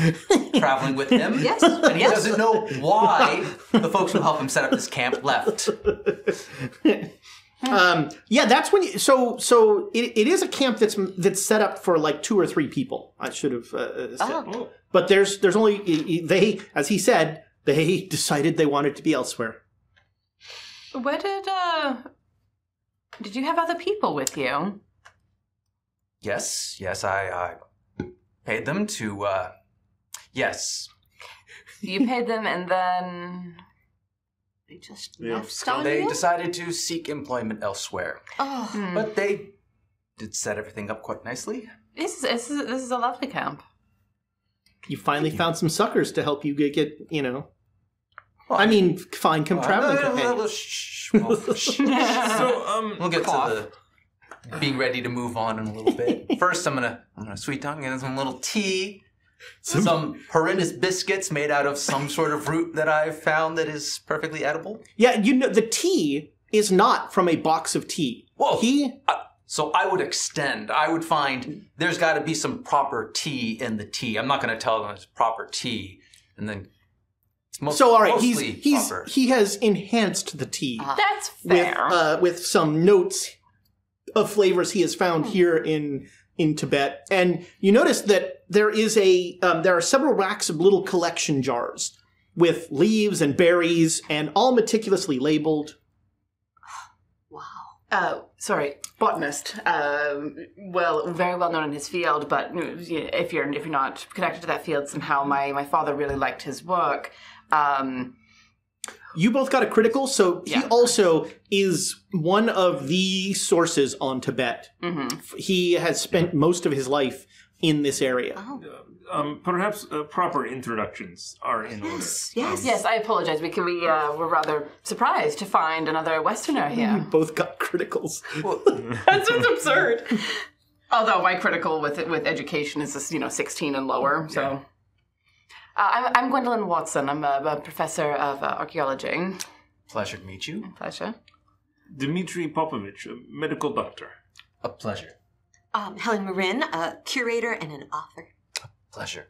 [SPEAKER 7] traveling with him. Yes. And he
[SPEAKER 2] yes.
[SPEAKER 7] doesn't know why the folks who help him set up this camp left.
[SPEAKER 6] Um, yeah, that's when. You, so, so it, it is a camp that's that's set up for like two or three people. I should have. Uh, uh,
[SPEAKER 8] Ah.
[SPEAKER 6] said.
[SPEAKER 8] Uh-huh.
[SPEAKER 6] But there's there's only i- i- they, as he said, they decided they wanted to be elsewhere.
[SPEAKER 8] Oh. Where did uh? Did you have other people with you?
[SPEAKER 7] Yes, yes, I, I paid them to. Uh, yes,
[SPEAKER 8] You paid them, and then they just
[SPEAKER 7] they decided to seek employment elsewhere,
[SPEAKER 2] Oh,
[SPEAKER 7] but they did set everything up quite nicely.
[SPEAKER 8] This is, this is this is a lovely camp.
[SPEAKER 6] You finally found some suckers to help you get, get you know. I mean, find come
[SPEAKER 7] uh,
[SPEAKER 6] traveling companions.
[SPEAKER 7] Shh, well, shh.
[SPEAKER 1] so um,
[SPEAKER 7] We'll get to the being ready to move on in a little bit. First, I'm gonna I'm gonna sweet tongue and some little tea, some, horrendous biscuits made out of some sort of root that I've found that is perfectly edible.
[SPEAKER 6] Yeah, you know the tea is not from a box of tea.
[SPEAKER 7] Whoa!
[SPEAKER 6] He
[SPEAKER 7] So I would extend. I would find there's got to be some proper tea in the tea. I'm not gonna tell them it's proper tea, and then it's most,
[SPEAKER 6] so all right. He's
[SPEAKER 7] Mostly
[SPEAKER 6] he's
[SPEAKER 7] proper.
[SPEAKER 6] he has enhanced the tea.
[SPEAKER 8] That's
[SPEAKER 6] with
[SPEAKER 8] fair.
[SPEAKER 6] uh, with some notes of flavors he has found here in in Tibet. And you notice that there is a um, there are several racks of little collection jars with leaves and berries and all meticulously labeled.
[SPEAKER 8] uh, sorry, botanist. Um, well, very well known in his field, but you know, if you're if you're not connected to that field somehow, my my father really liked his work. Um,
[SPEAKER 6] You both got a critical, so he also is one of the sources on Tibet. F- He has spent most of his life in this area.
[SPEAKER 1] Um, perhaps uh, proper introductions are in order.
[SPEAKER 8] yes, yes. I apologize. We can, we uh, were rather surprised to find another Westerner
[SPEAKER 6] You
[SPEAKER 8] here.
[SPEAKER 6] both got criticals.
[SPEAKER 8] That's just absurd. Although my critical with with education is just, you know 16 and lower, so. Uh, I'm, I'm Gwendolyn Watson. I'm a, a professor of uh, archaeology.
[SPEAKER 7] Pleasure to meet you.
[SPEAKER 8] Pleasure.
[SPEAKER 1] Dmitry Popovich, a medical doctor.
[SPEAKER 7] A pleasure.
[SPEAKER 2] Um, Helen Marin, a curator and an author.
[SPEAKER 7] Pleasure.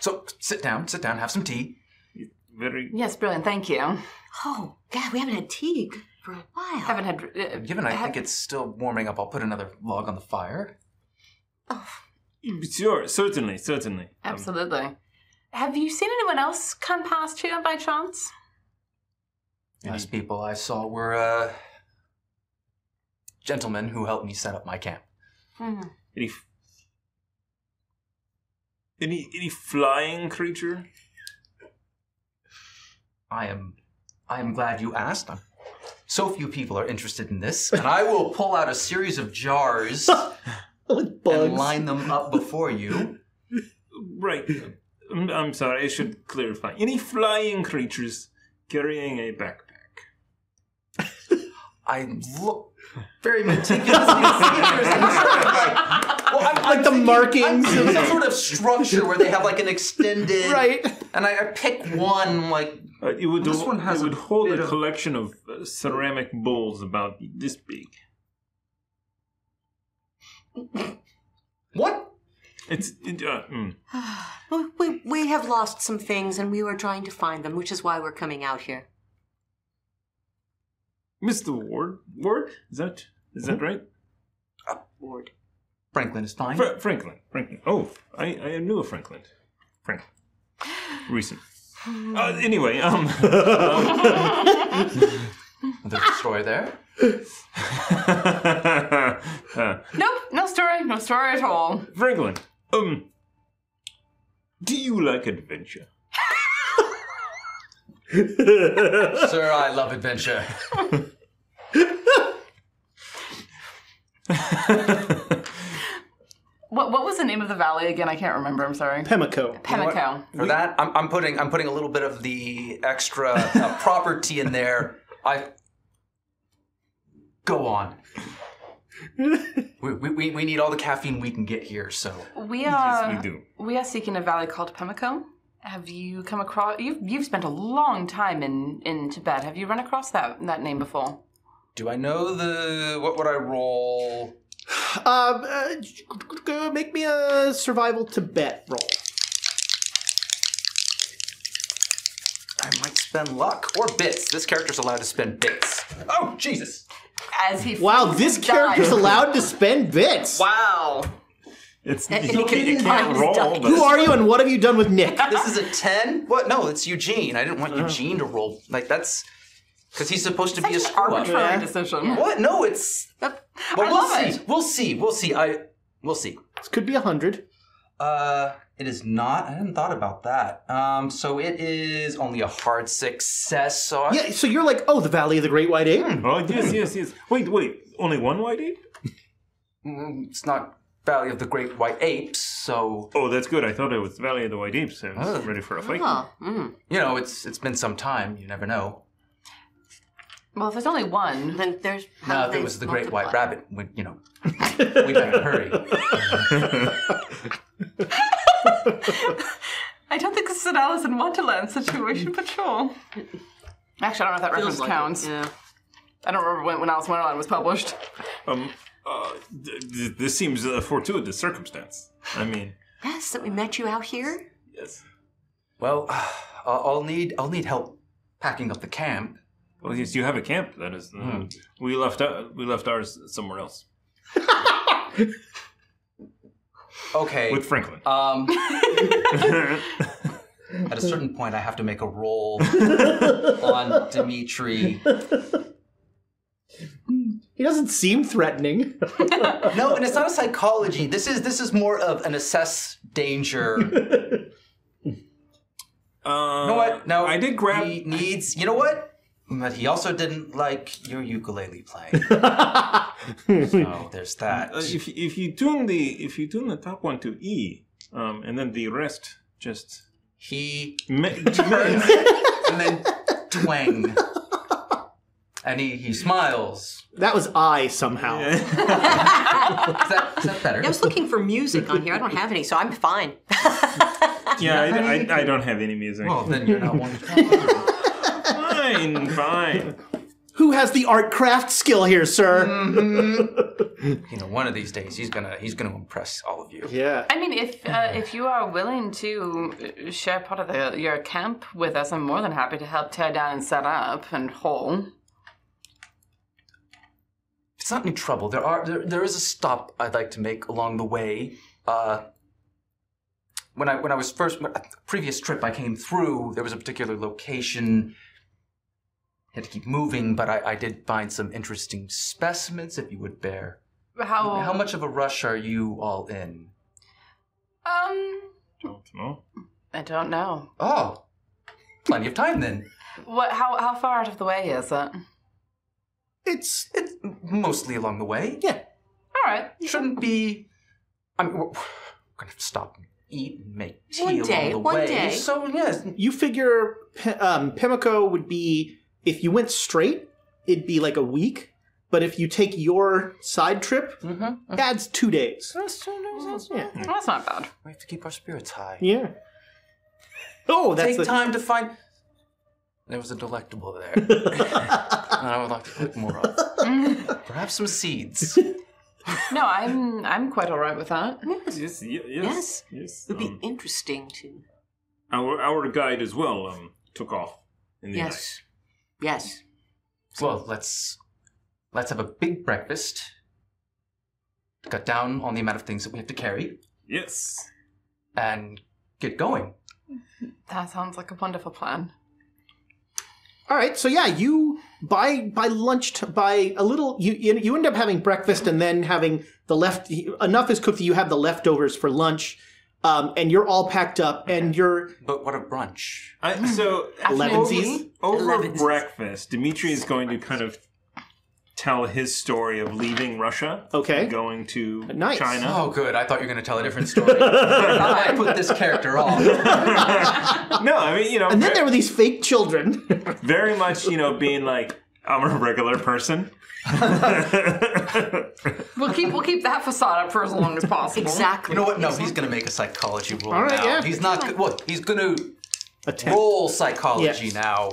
[SPEAKER 7] So sit down, sit down, have some tea.
[SPEAKER 1] Very.
[SPEAKER 8] Yes, brilliant. Thank you.
[SPEAKER 2] Oh, God, we haven't had tea for a while.
[SPEAKER 8] Haven't had. Uh,
[SPEAKER 7] Given I
[SPEAKER 8] have-
[SPEAKER 7] think it's still warming up, I'll put another log on the fire.
[SPEAKER 1] Sure, certainly, certainly. Um,
[SPEAKER 8] Absolutely. Have you seen anyone else come past here by chance?
[SPEAKER 7] Last people I saw were uh, gentlemen who helped me set up my camp.
[SPEAKER 1] any, f- any any flying creature?
[SPEAKER 7] I am I am glad you asked. I'm- so few people are interested in this, and I will pull out a series of jars
[SPEAKER 6] With bugs.
[SPEAKER 7] and line them up before you.
[SPEAKER 1] Right. I'm, I'm sorry, I should clarify. Any flying creatures carrying a backpack?
[SPEAKER 7] I look very meticulously at the well, I'm,
[SPEAKER 6] Like the markings.
[SPEAKER 7] I'm- some sort of structure where they have like an extended
[SPEAKER 6] Right.
[SPEAKER 7] and I, I pick one like
[SPEAKER 1] Uh, it would
[SPEAKER 7] This one has
[SPEAKER 1] it would
[SPEAKER 7] a
[SPEAKER 1] hold
[SPEAKER 7] bit
[SPEAKER 1] a
[SPEAKER 7] of-
[SPEAKER 1] collection of uh, ceramic bowls about this big.
[SPEAKER 7] what
[SPEAKER 1] It's it, uh, mm.
[SPEAKER 2] Well, we, we have lost some things and we were trying to find them, which is why we're coming out here.
[SPEAKER 1] Mr. Ward. Ward is that is that right?
[SPEAKER 2] Ward.
[SPEAKER 7] Franklin is fine.
[SPEAKER 1] Fra- Franklin. Franklin. Oh, I, I knew a Franklin. Franklin. Recent. Uh, anyway, um,
[SPEAKER 7] There's a story there.
[SPEAKER 1] uh,
[SPEAKER 7] mm.
[SPEAKER 8] Nope. No story. No story at all.
[SPEAKER 1] Franklin. Um, do you like adventure?
[SPEAKER 7] Sir, I love adventure.
[SPEAKER 8] What What was the name of the valley again? I can't remember. I'm sorry.
[SPEAKER 6] Pemmico.
[SPEAKER 8] Pemmico.
[SPEAKER 7] For that, I'm, I'm putting I'm putting a little bit of the extra uh, property in there. I go on. we, we- we, we need all the caffeine we can get here, so
[SPEAKER 8] We are.
[SPEAKER 1] yes, we do.
[SPEAKER 8] We are seeking a valley called Pemmico. Have you come across? You've You've spent a long time in in Tibet. Have you run across that that name before?
[SPEAKER 7] do I know the what would I roll?
[SPEAKER 6] Um, uh, g- g- make me a survival Tibet roll.
[SPEAKER 7] I might spend luck or bits. This character's allowed to spend bits. Oh Jesus!
[SPEAKER 8] As he
[SPEAKER 6] Wow, this
[SPEAKER 8] died.
[SPEAKER 6] character's allowed to spend bits.
[SPEAKER 8] Wow.
[SPEAKER 1] It's
[SPEAKER 8] and
[SPEAKER 1] you
[SPEAKER 8] it
[SPEAKER 1] can't, you
[SPEAKER 8] can-
[SPEAKER 1] can't
[SPEAKER 8] I'm
[SPEAKER 1] roll,
[SPEAKER 8] stuck.
[SPEAKER 1] but
[SPEAKER 6] Who are you and what have you done with Nick?
[SPEAKER 7] This is a ten. What? No, it's Eugene. I didn't want Eugene to roll. Like that's because he's supposed to be a
[SPEAKER 8] Such an
[SPEAKER 7] screw up.
[SPEAKER 8] arbitrary decision.
[SPEAKER 7] What? No, it's. Well,
[SPEAKER 8] I
[SPEAKER 7] we'll
[SPEAKER 8] love
[SPEAKER 7] see.
[SPEAKER 8] it.
[SPEAKER 7] We'll see. We'll see. I. We'll see.
[SPEAKER 6] This could be a hundred.
[SPEAKER 7] Uh, it is not. I hadn't thought about that. Um, so it is only a hard success. So I,
[SPEAKER 6] Yeah, so you're like, oh, the Valley of the Great White Ape.
[SPEAKER 1] Oh yes, yes, yes. Wait, wait. Only one white ape?
[SPEAKER 7] Mm, it's not Valley of the Great White Apes. So
[SPEAKER 1] Oh, that's good. I thought it was Valley of the White Apes. I
[SPEAKER 6] Oh.
[SPEAKER 1] was ready for a fight.
[SPEAKER 8] Mm.
[SPEAKER 7] you know, it's it's been some time. You never know.
[SPEAKER 8] Well, if there's only one,
[SPEAKER 2] Then there's. how
[SPEAKER 7] Now,
[SPEAKER 2] do
[SPEAKER 7] if it
[SPEAKER 2] they
[SPEAKER 7] was the Great
[SPEAKER 2] multiply?
[SPEAKER 7] White Rabbit, we, you know, we better hurry.
[SPEAKER 8] I don't think this is an Alice in Wonderland situation, but sure. Actually, I don't know if that reference
[SPEAKER 2] like it,
[SPEAKER 8] counts.
[SPEAKER 2] yeah.
[SPEAKER 8] I don't remember when, when Alice in Wonderland was published.
[SPEAKER 1] Um, uh, th- th- this seems a fortuitous circumstance. I mean,
[SPEAKER 2] Yes, that we met you out here.
[SPEAKER 1] yes.
[SPEAKER 7] Well, I'll- I'll need I'll need help packing up the camp. Hmm.
[SPEAKER 1] Well, yes, you have a camp. That is, uh, we left uh, we left ours somewhere else
[SPEAKER 7] Okay.
[SPEAKER 1] with Franklin.
[SPEAKER 7] Um, at a certain point, I have to make a roll on Dimitri.
[SPEAKER 6] You doesn't seem threatening.
[SPEAKER 7] No, and it's not a psychology. This is this is more of an assess danger. you
[SPEAKER 1] Uh,
[SPEAKER 7] know what? No,
[SPEAKER 1] I did grab.
[SPEAKER 7] He needs. You know what? But he also didn't like your ukulele playing. so there's that.
[SPEAKER 1] Uh, if if you tune the if you tune the top one to E, um, and then the rest just
[SPEAKER 7] He
[SPEAKER 1] ma- ma-
[SPEAKER 7] and then twang, and he he smiles.
[SPEAKER 6] That was I somehow.
[SPEAKER 7] Is that, is that better?
[SPEAKER 2] I was looking for music on here. I don't have any, so I'm fine.
[SPEAKER 1] yeah. I, I, I don't have any music.
[SPEAKER 7] Well, then you're not one.
[SPEAKER 1] Fine, fine.
[SPEAKER 6] Who has the art craft skill here, sir?
[SPEAKER 7] You know, one of these days he's gonna he's gonna impress all of you.
[SPEAKER 6] Yeah.
[SPEAKER 8] I mean, if uh, if you are willing to uh, share part of the, your camp with us, I'm more than happy to help tear down and set up and haul.
[SPEAKER 7] it's not any trouble. There are there, there is a stop I'd like to make along the way. Uh, when I when I was first when, previous trip I came through, there was a particular location. Had to keep moving, but I, I did find some interesting specimens. If you would bear,
[SPEAKER 6] Oh.
[SPEAKER 8] How?
[SPEAKER 7] how much of a rush are you all in?
[SPEAKER 8] Um,
[SPEAKER 1] Don't know.
[SPEAKER 8] I don't know.
[SPEAKER 7] Oh, plenty of time then.
[SPEAKER 8] What? How? How far out of the way is it? All
[SPEAKER 6] It's
[SPEAKER 7] It's mostly along the way.
[SPEAKER 6] yeah.
[SPEAKER 8] right.
[SPEAKER 7] shouldn't be. I'm we're, we're gonna stop and eat and make tea
[SPEAKER 2] One
[SPEAKER 7] along
[SPEAKER 2] day,
[SPEAKER 7] the
[SPEAKER 2] one
[SPEAKER 7] way.
[SPEAKER 2] day.
[SPEAKER 7] So yes,
[SPEAKER 6] You figure P- um, Pimlico would be if you went straight, it'd be like a week. But if you take your side trip,
[SPEAKER 7] Mm-hmm,
[SPEAKER 6] that's two days.
[SPEAKER 8] Well,
[SPEAKER 1] Hmm.
[SPEAKER 8] that's not bad.
[SPEAKER 7] we have to keep our spirits high.
[SPEAKER 6] Yeah. Oh, that's
[SPEAKER 7] Take
[SPEAKER 6] the
[SPEAKER 7] time to find. There was a delectable there. and I would like to click more of. Perhaps some seeds.
[SPEAKER 8] No, I'm I'm quite all right with that.
[SPEAKER 1] Yes, ye- yes, yes.
[SPEAKER 2] It would be
[SPEAKER 1] um,
[SPEAKER 2] interesting to.
[SPEAKER 1] our our guide as well um, took off in the night.
[SPEAKER 2] Yes. Yes.
[SPEAKER 7] well, let's let's have a big breakfast. Cut down on the amount of things that we have to carry
[SPEAKER 1] Yes.
[SPEAKER 7] and get going.
[SPEAKER 8] That sounds like a wonderful plan.
[SPEAKER 6] All right, so yeah, you by by lunch t- by a little you you you end up having breakfast and then having the left enough is cooked that you have the leftovers for lunch, um, and you're all packed up and you're
[SPEAKER 7] But what a brunch!
[SPEAKER 1] I, so
[SPEAKER 6] Elevensies?
[SPEAKER 1] over, over
[SPEAKER 2] Elevensies.
[SPEAKER 1] breakfast, Dimitri is going to kind of tell his story of leaving Russia,
[SPEAKER 6] Okay.
[SPEAKER 1] and going to
[SPEAKER 6] Nice.
[SPEAKER 1] China.
[SPEAKER 7] Oh, good. I thought you were going to tell a different story. I put this character off.
[SPEAKER 1] No, I mean you know,
[SPEAKER 6] and then
[SPEAKER 1] ve-
[SPEAKER 6] there were these fake children.
[SPEAKER 1] very much you know being like I'm a regular person.
[SPEAKER 8] We'll keep we'll keep that facade up for as long as possible.
[SPEAKER 2] Exactly.
[SPEAKER 7] You know what? No, he's gonna make a psychology roll
[SPEAKER 6] All right,
[SPEAKER 7] now.
[SPEAKER 6] yeah.
[SPEAKER 7] He's not. Good. Well, he's gonna
[SPEAKER 6] A ten.
[SPEAKER 7] roll psychology
[SPEAKER 6] Yes.
[SPEAKER 7] now.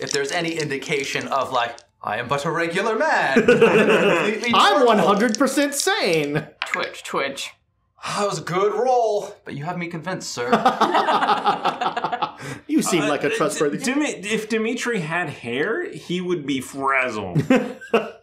[SPEAKER 7] If there's any indication of like, I am but a regular man. Completely
[SPEAKER 6] I'm
[SPEAKER 7] normal.
[SPEAKER 6] 100 percent sane.
[SPEAKER 8] Twitch, twitch.
[SPEAKER 7] That was a good roll, but you have me convinced, sir.
[SPEAKER 6] You seem like a trustworthy.
[SPEAKER 1] Dimi- if Dimitri had hair, he would be frazzled.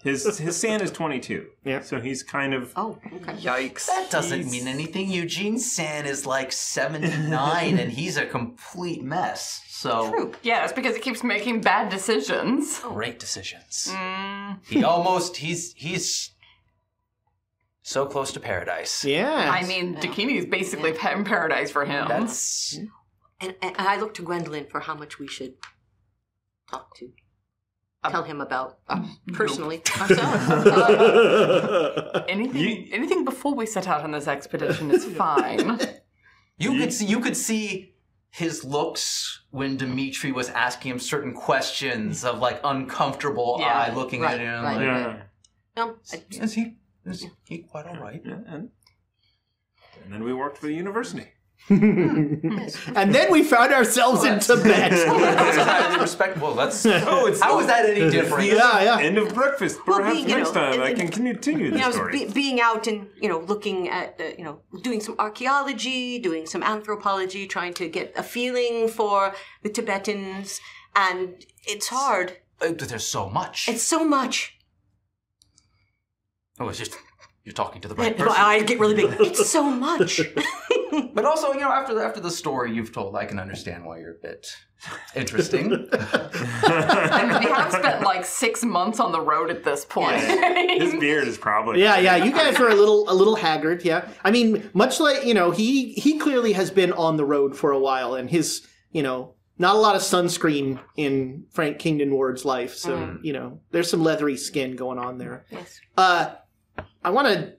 [SPEAKER 1] his his sand is 22.
[SPEAKER 6] Yeah.
[SPEAKER 1] So he's kind of
[SPEAKER 2] Oh, okay.
[SPEAKER 8] Yikes.
[SPEAKER 7] that doesn't mean anything. Eugene San is like 79, and he's a complete mess. So
[SPEAKER 8] Yeah, it's because it keeps making bad decisions.
[SPEAKER 7] great decisions.
[SPEAKER 2] Mm.
[SPEAKER 7] He almost. He's he's so close to paradise.
[SPEAKER 6] yeah.
[SPEAKER 8] I mean, Dakini is basically pet in paradise for him.
[SPEAKER 7] That's
[SPEAKER 2] And, and I looked to Gwendolyn for how much we should talk to. Tell him about uh, personally ourselves.
[SPEAKER 8] anything
[SPEAKER 1] You-
[SPEAKER 8] anything before we set out on this expedition is fine.
[SPEAKER 7] You could see you could see his looks when Dimitri was asking him certain questions of like uncomfortable
[SPEAKER 8] Yeah,
[SPEAKER 7] eye looking
[SPEAKER 2] right,
[SPEAKER 7] at him.
[SPEAKER 2] right.
[SPEAKER 7] Like,
[SPEAKER 1] yeah.
[SPEAKER 2] no, I-
[SPEAKER 7] Is he is he quite all right?
[SPEAKER 1] Yeah, and, and then we worked for the university.
[SPEAKER 6] and then we found ourselves in Tibet.
[SPEAKER 7] That's highly respectable. That's
[SPEAKER 1] Oh, it's
[SPEAKER 7] how is that any different?
[SPEAKER 6] yeah, yeah.
[SPEAKER 1] end of breakfast. Perhaps
[SPEAKER 2] we, you
[SPEAKER 1] next
[SPEAKER 2] know,
[SPEAKER 1] time I
[SPEAKER 2] and-
[SPEAKER 1] can continue the
[SPEAKER 2] you know,
[SPEAKER 1] story.
[SPEAKER 2] be, being out and you know looking at uh, you know doing some archaeology, doing some anthropology, trying to get a feeling for the Tibetans, and it's hard.
[SPEAKER 7] Uh, There's so much.
[SPEAKER 2] It's so much.
[SPEAKER 7] oh, it's just You're talking to the right
[SPEAKER 2] My
[SPEAKER 7] person.
[SPEAKER 2] eyes get really big. It's so much.
[SPEAKER 7] But also, you know, after the, after the story you've told, I can understand why you're a bit interesting.
[SPEAKER 8] we have spent like six months on the road at this point.
[SPEAKER 1] His beard is probably.
[SPEAKER 6] Yeah, yeah. You guys are a little a little haggard. Yeah, I mean, much like you know, he he clearly has been on the road for a while, and his you know not a lot of sunscreen in Frank Kingdon Ward's life. So you know, there's some leathery skin going on there.
[SPEAKER 2] Mm. Yes.
[SPEAKER 6] Uh, I want to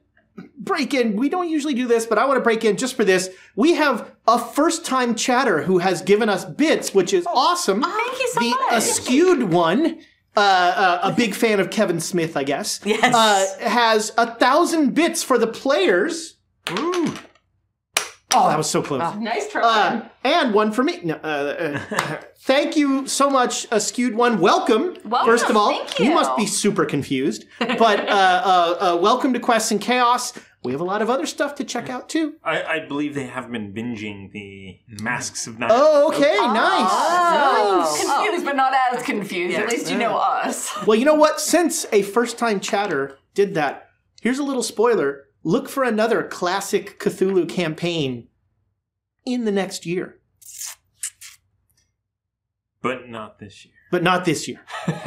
[SPEAKER 6] break in. We don't usually do this, but I want to break in just for this. We have a first time chatter who has given us bits, which is awesome.
[SPEAKER 2] Oh, Thank you so
[SPEAKER 6] the
[SPEAKER 2] much.
[SPEAKER 6] askewed one. Uh, uh, a big fan of Kevin Smith, I guess.
[SPEAKER 2] Yes.
[SPEAKER 6] Uh, has a thousand bits for the players. Oh, that was so close.
[SPEAKER 8] Nice try.
[SPEAKER 6] Uh, and one for me. No, uh, uh, thank you so much, Askewed One. Welcome.
[SPEAKER 8] Welcome,
[SPEAKER 6] First of all,
[SPEAKER 8] thank you.
[SPEAKER 6] must be super confused, but uh, uh, uh, welcome to Quests and Chaos. We have a lot of other stuff to check out too.
[SPEAKER 1] I, I believe they have been binging the
[SPEAKER 2] Mm-hmm.
[SPEAKER 1] Masks of Night.
[SPEAKER 6] Oh, okay, nice.
[SPEAKER 8] Oh. confused, but not as confused. At least you know us.
[SPEAKER 6] Well, you know what? Since a first-time chatter did that, here's a little spoiler. Look for another classic Cthulhu campaign in the next year,
[SPEAKER 1] But not this year.
[SPEAKER 6] but not this year.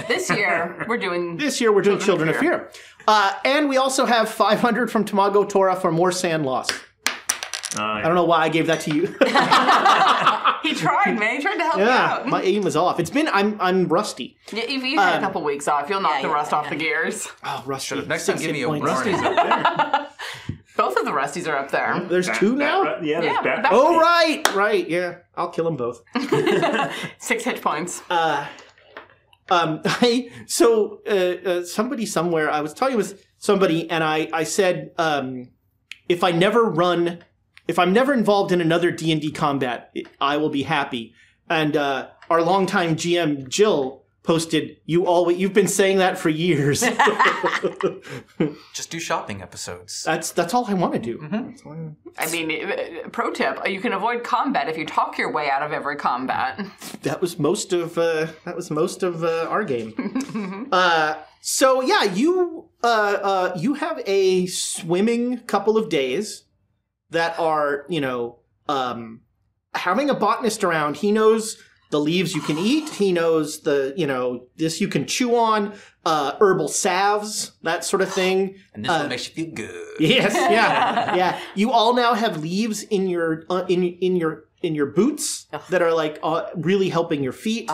[SPEAKER 8] This year, we're doing.
[SPEAKER 6] This year we're doing Children, of Fear. Uh, and we also have 500 from Tamago Tora for more sand loss.
[SPEAKER 1] Uh,
[SPEAKER 6] I don't know why I gave that to you.
[SPEAKER 8] He tried, man. He tried to help
[SPEAKER 6] yeah,
[SPEAKER 8] you out.
[SPEAKER 6] my Um, aim was off. It's been I'm I'm rusty.
[SPEAKER 8] Yeah, if you had a couple weeks off, you'll knock
[SPEAKER 2] yeah,
[SPEAKER 8] the
[SPEAKER 2] yeah,
[SPEAKER 8] rust off the gears.
[SPEAKER 6] Oh, rusty.
[SPEAKER 7] Next time,
[SPEAKER 6] Six
[SPEAKER 7] give
[SPEAKER 6] hit
[SPEAKER 7] me a
[SPEAKER 6] points.
[SPEAKER 7] warning.
[SPEAKER 8] Both of the rusties are up there.
[SPEAKER 6] There's two now.
[SPEAKER 1] yeah, there's
[SPEAKER 8] Yeah,
[SPEAKER 1] Bat-
[SPEAKER 8] that-
[SPEAKER 6] Oh right, right. Yeah, I'll kill them both.
[SPEAKER 8] Six hit points.
[SPEAKER 6] Uh, um, I so uh, uh, somebody somewhere I was talking with somebody and I I said um, if I never run if I'm never involved in another D and D combat I will be happy and uh, our longtime GM Jill posted you always you've been saying that for years
[SPEAKER 7] Just do shopping episodes.
[SPEAKER 6] that's that's all I want to do
[SPEAKER 8] I mean, uh, pro tip you can avoid combat if you talk your way out of every combat.
[SPEAKER 6] that was most of uh, that was most of uh, our game. uh, so yeah, you uh, uh, you have a swimming couple of days that are you know um, having a botanist around. He knows the leaves you can eat. He knows the you know this you can chew on uh, herbal salves that sort of thing.
[SPEAKER 7] And this one makes you feel good.
[SPEAKER 6] Yes, uh, yeah, yeah. You all now have leaves in your uh, in in your in your boots that are like uh, really helping your feet.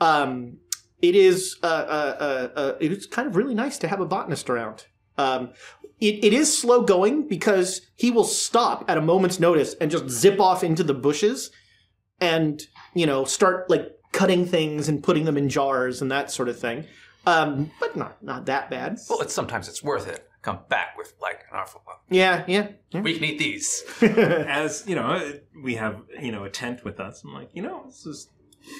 [SPEAKER 6] Um, it is uh, uh, uh, uh, it is kind of really nice to have a botanist around. Um, it, it is slow going because he will stop at a moment's notice and just zip off into the bushes and you know start like cutting things and putting them in jars and that sort of thing. Um, but not not that bad.
[SPEAKER 7] Well, it's, sometimes it's worth it. Come back with like an awful lot.
[SPEAKER 6] Yeah, yeah, yeah.
[SPEAKER 7] We can eat these.
[SPEAKER 1] As you know, we have you know a tent with us. I'm like, you know, this is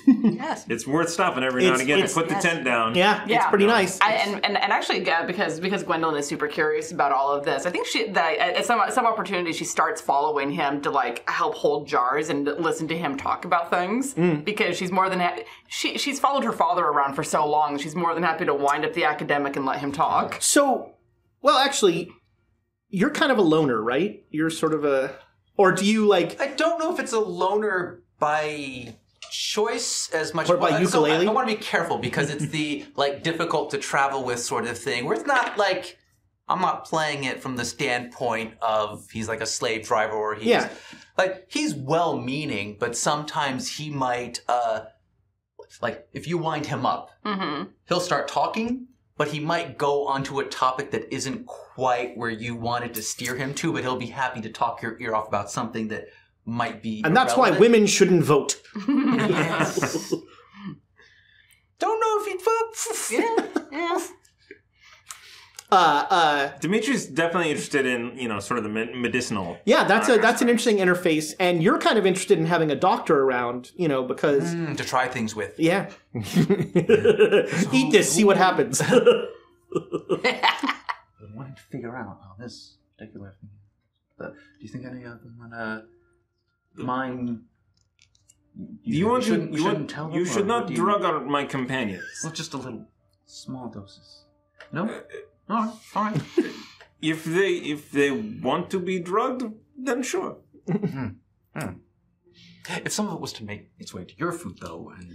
[SPEAKER 2] yes.
[SPEAKER 1] it's worth stopping every now
[SPEAKER 6] It's-
[SPEAKER 1] and again to
[SPEAKER 6] it's-
[SPEAKER 1] put the tent down.
[SPEAKER 6] Yeah, it's
[SPEAKER 8] Yeah.
[SPEAKER 6] pretty nice.
[SPEAKER 8] I, and, and and actually, uh, because because Gwendolyn is super curious about all of this, I think she that at some some opportunity she starts following him to like help hold jars and listen to him talk about things
[SPEAKER 1] Mm.
[SPEAKER 8] because she's more than ha- she she's followed her father around for so long. She's more than happy to wind up the academic and let him talk.
[SPEAKER 6] So, well, actually, you're kind of a loner, right? You're sort of a, or do you like?
[SPEAKER 7] I don't know if it's a loner by choice as much
[SPEAKER 6] Or by
[SPEAKER 7] well, so
[SPEAKER 6] ukulele?
[SPEAKER 7] I, I want to be careful because it's the like difficult to travel with sort of thing where it's not like I'm not playing it from the standpoint of he's like a slave driver or he's
[SPEAKER 6] Yeah.
[SPEAKER 7] like he's well meaning, but sometimes he might uh like if you wind him up, he'll start talking, but he might go onto a topic that isn't quite where you wanted to steer him to, but he'll be happy to talk your ear off about something that might be
[SPEAKER 6] And that's why
[SPEAKER 7] irrelevant.
[SPEAKER 6] women shouldn't vote.
[SPEAKER 7] don't know if he'd vote.
[SPEAKER 6] Uh, uh,
[SPEAKER 1] Dimitri's definitely interested in you know sort of the med- medicinal.
[SPEAKER 6] yeah, that's a that's an interesting interface, and you're kind of interested in having a doctor around, you know, because
[SPEAKER 7] Mm, to try things
[SPEAKER 1] Mm-hmm.
[SPEAKER 7] with.
[SPEAKER 6] yeah, eat this, see what happens.
[SPEAKER 7] I wanted to figure out how this particular thing. But do you think any of them uh, wanna mine?
[SPEAKER 1] You want to
[SPEAKER 7] shouldn't,
[SPEAKER 1] you
[SPEAKER 7] you
[SPEAKER 1] want-
[SPEAKER 7] shouldn't tell them.
[SPEAKER 1] you
[SPEAKER 7] or
[SPEAKER 1] should
[SPEAKER 7] what
[SPEAKER 1] not
[SPEAKER 7] do you-
[SPEAKER 1] drug out my companions. Uh,
[SPEAKER 7] Well, just a little small doses. No. All right. All right.
[SPEAKER 1] If they if they want to be drugged, then sure.
[SPEAKER 7] If some of it was to make its way to your food, though, and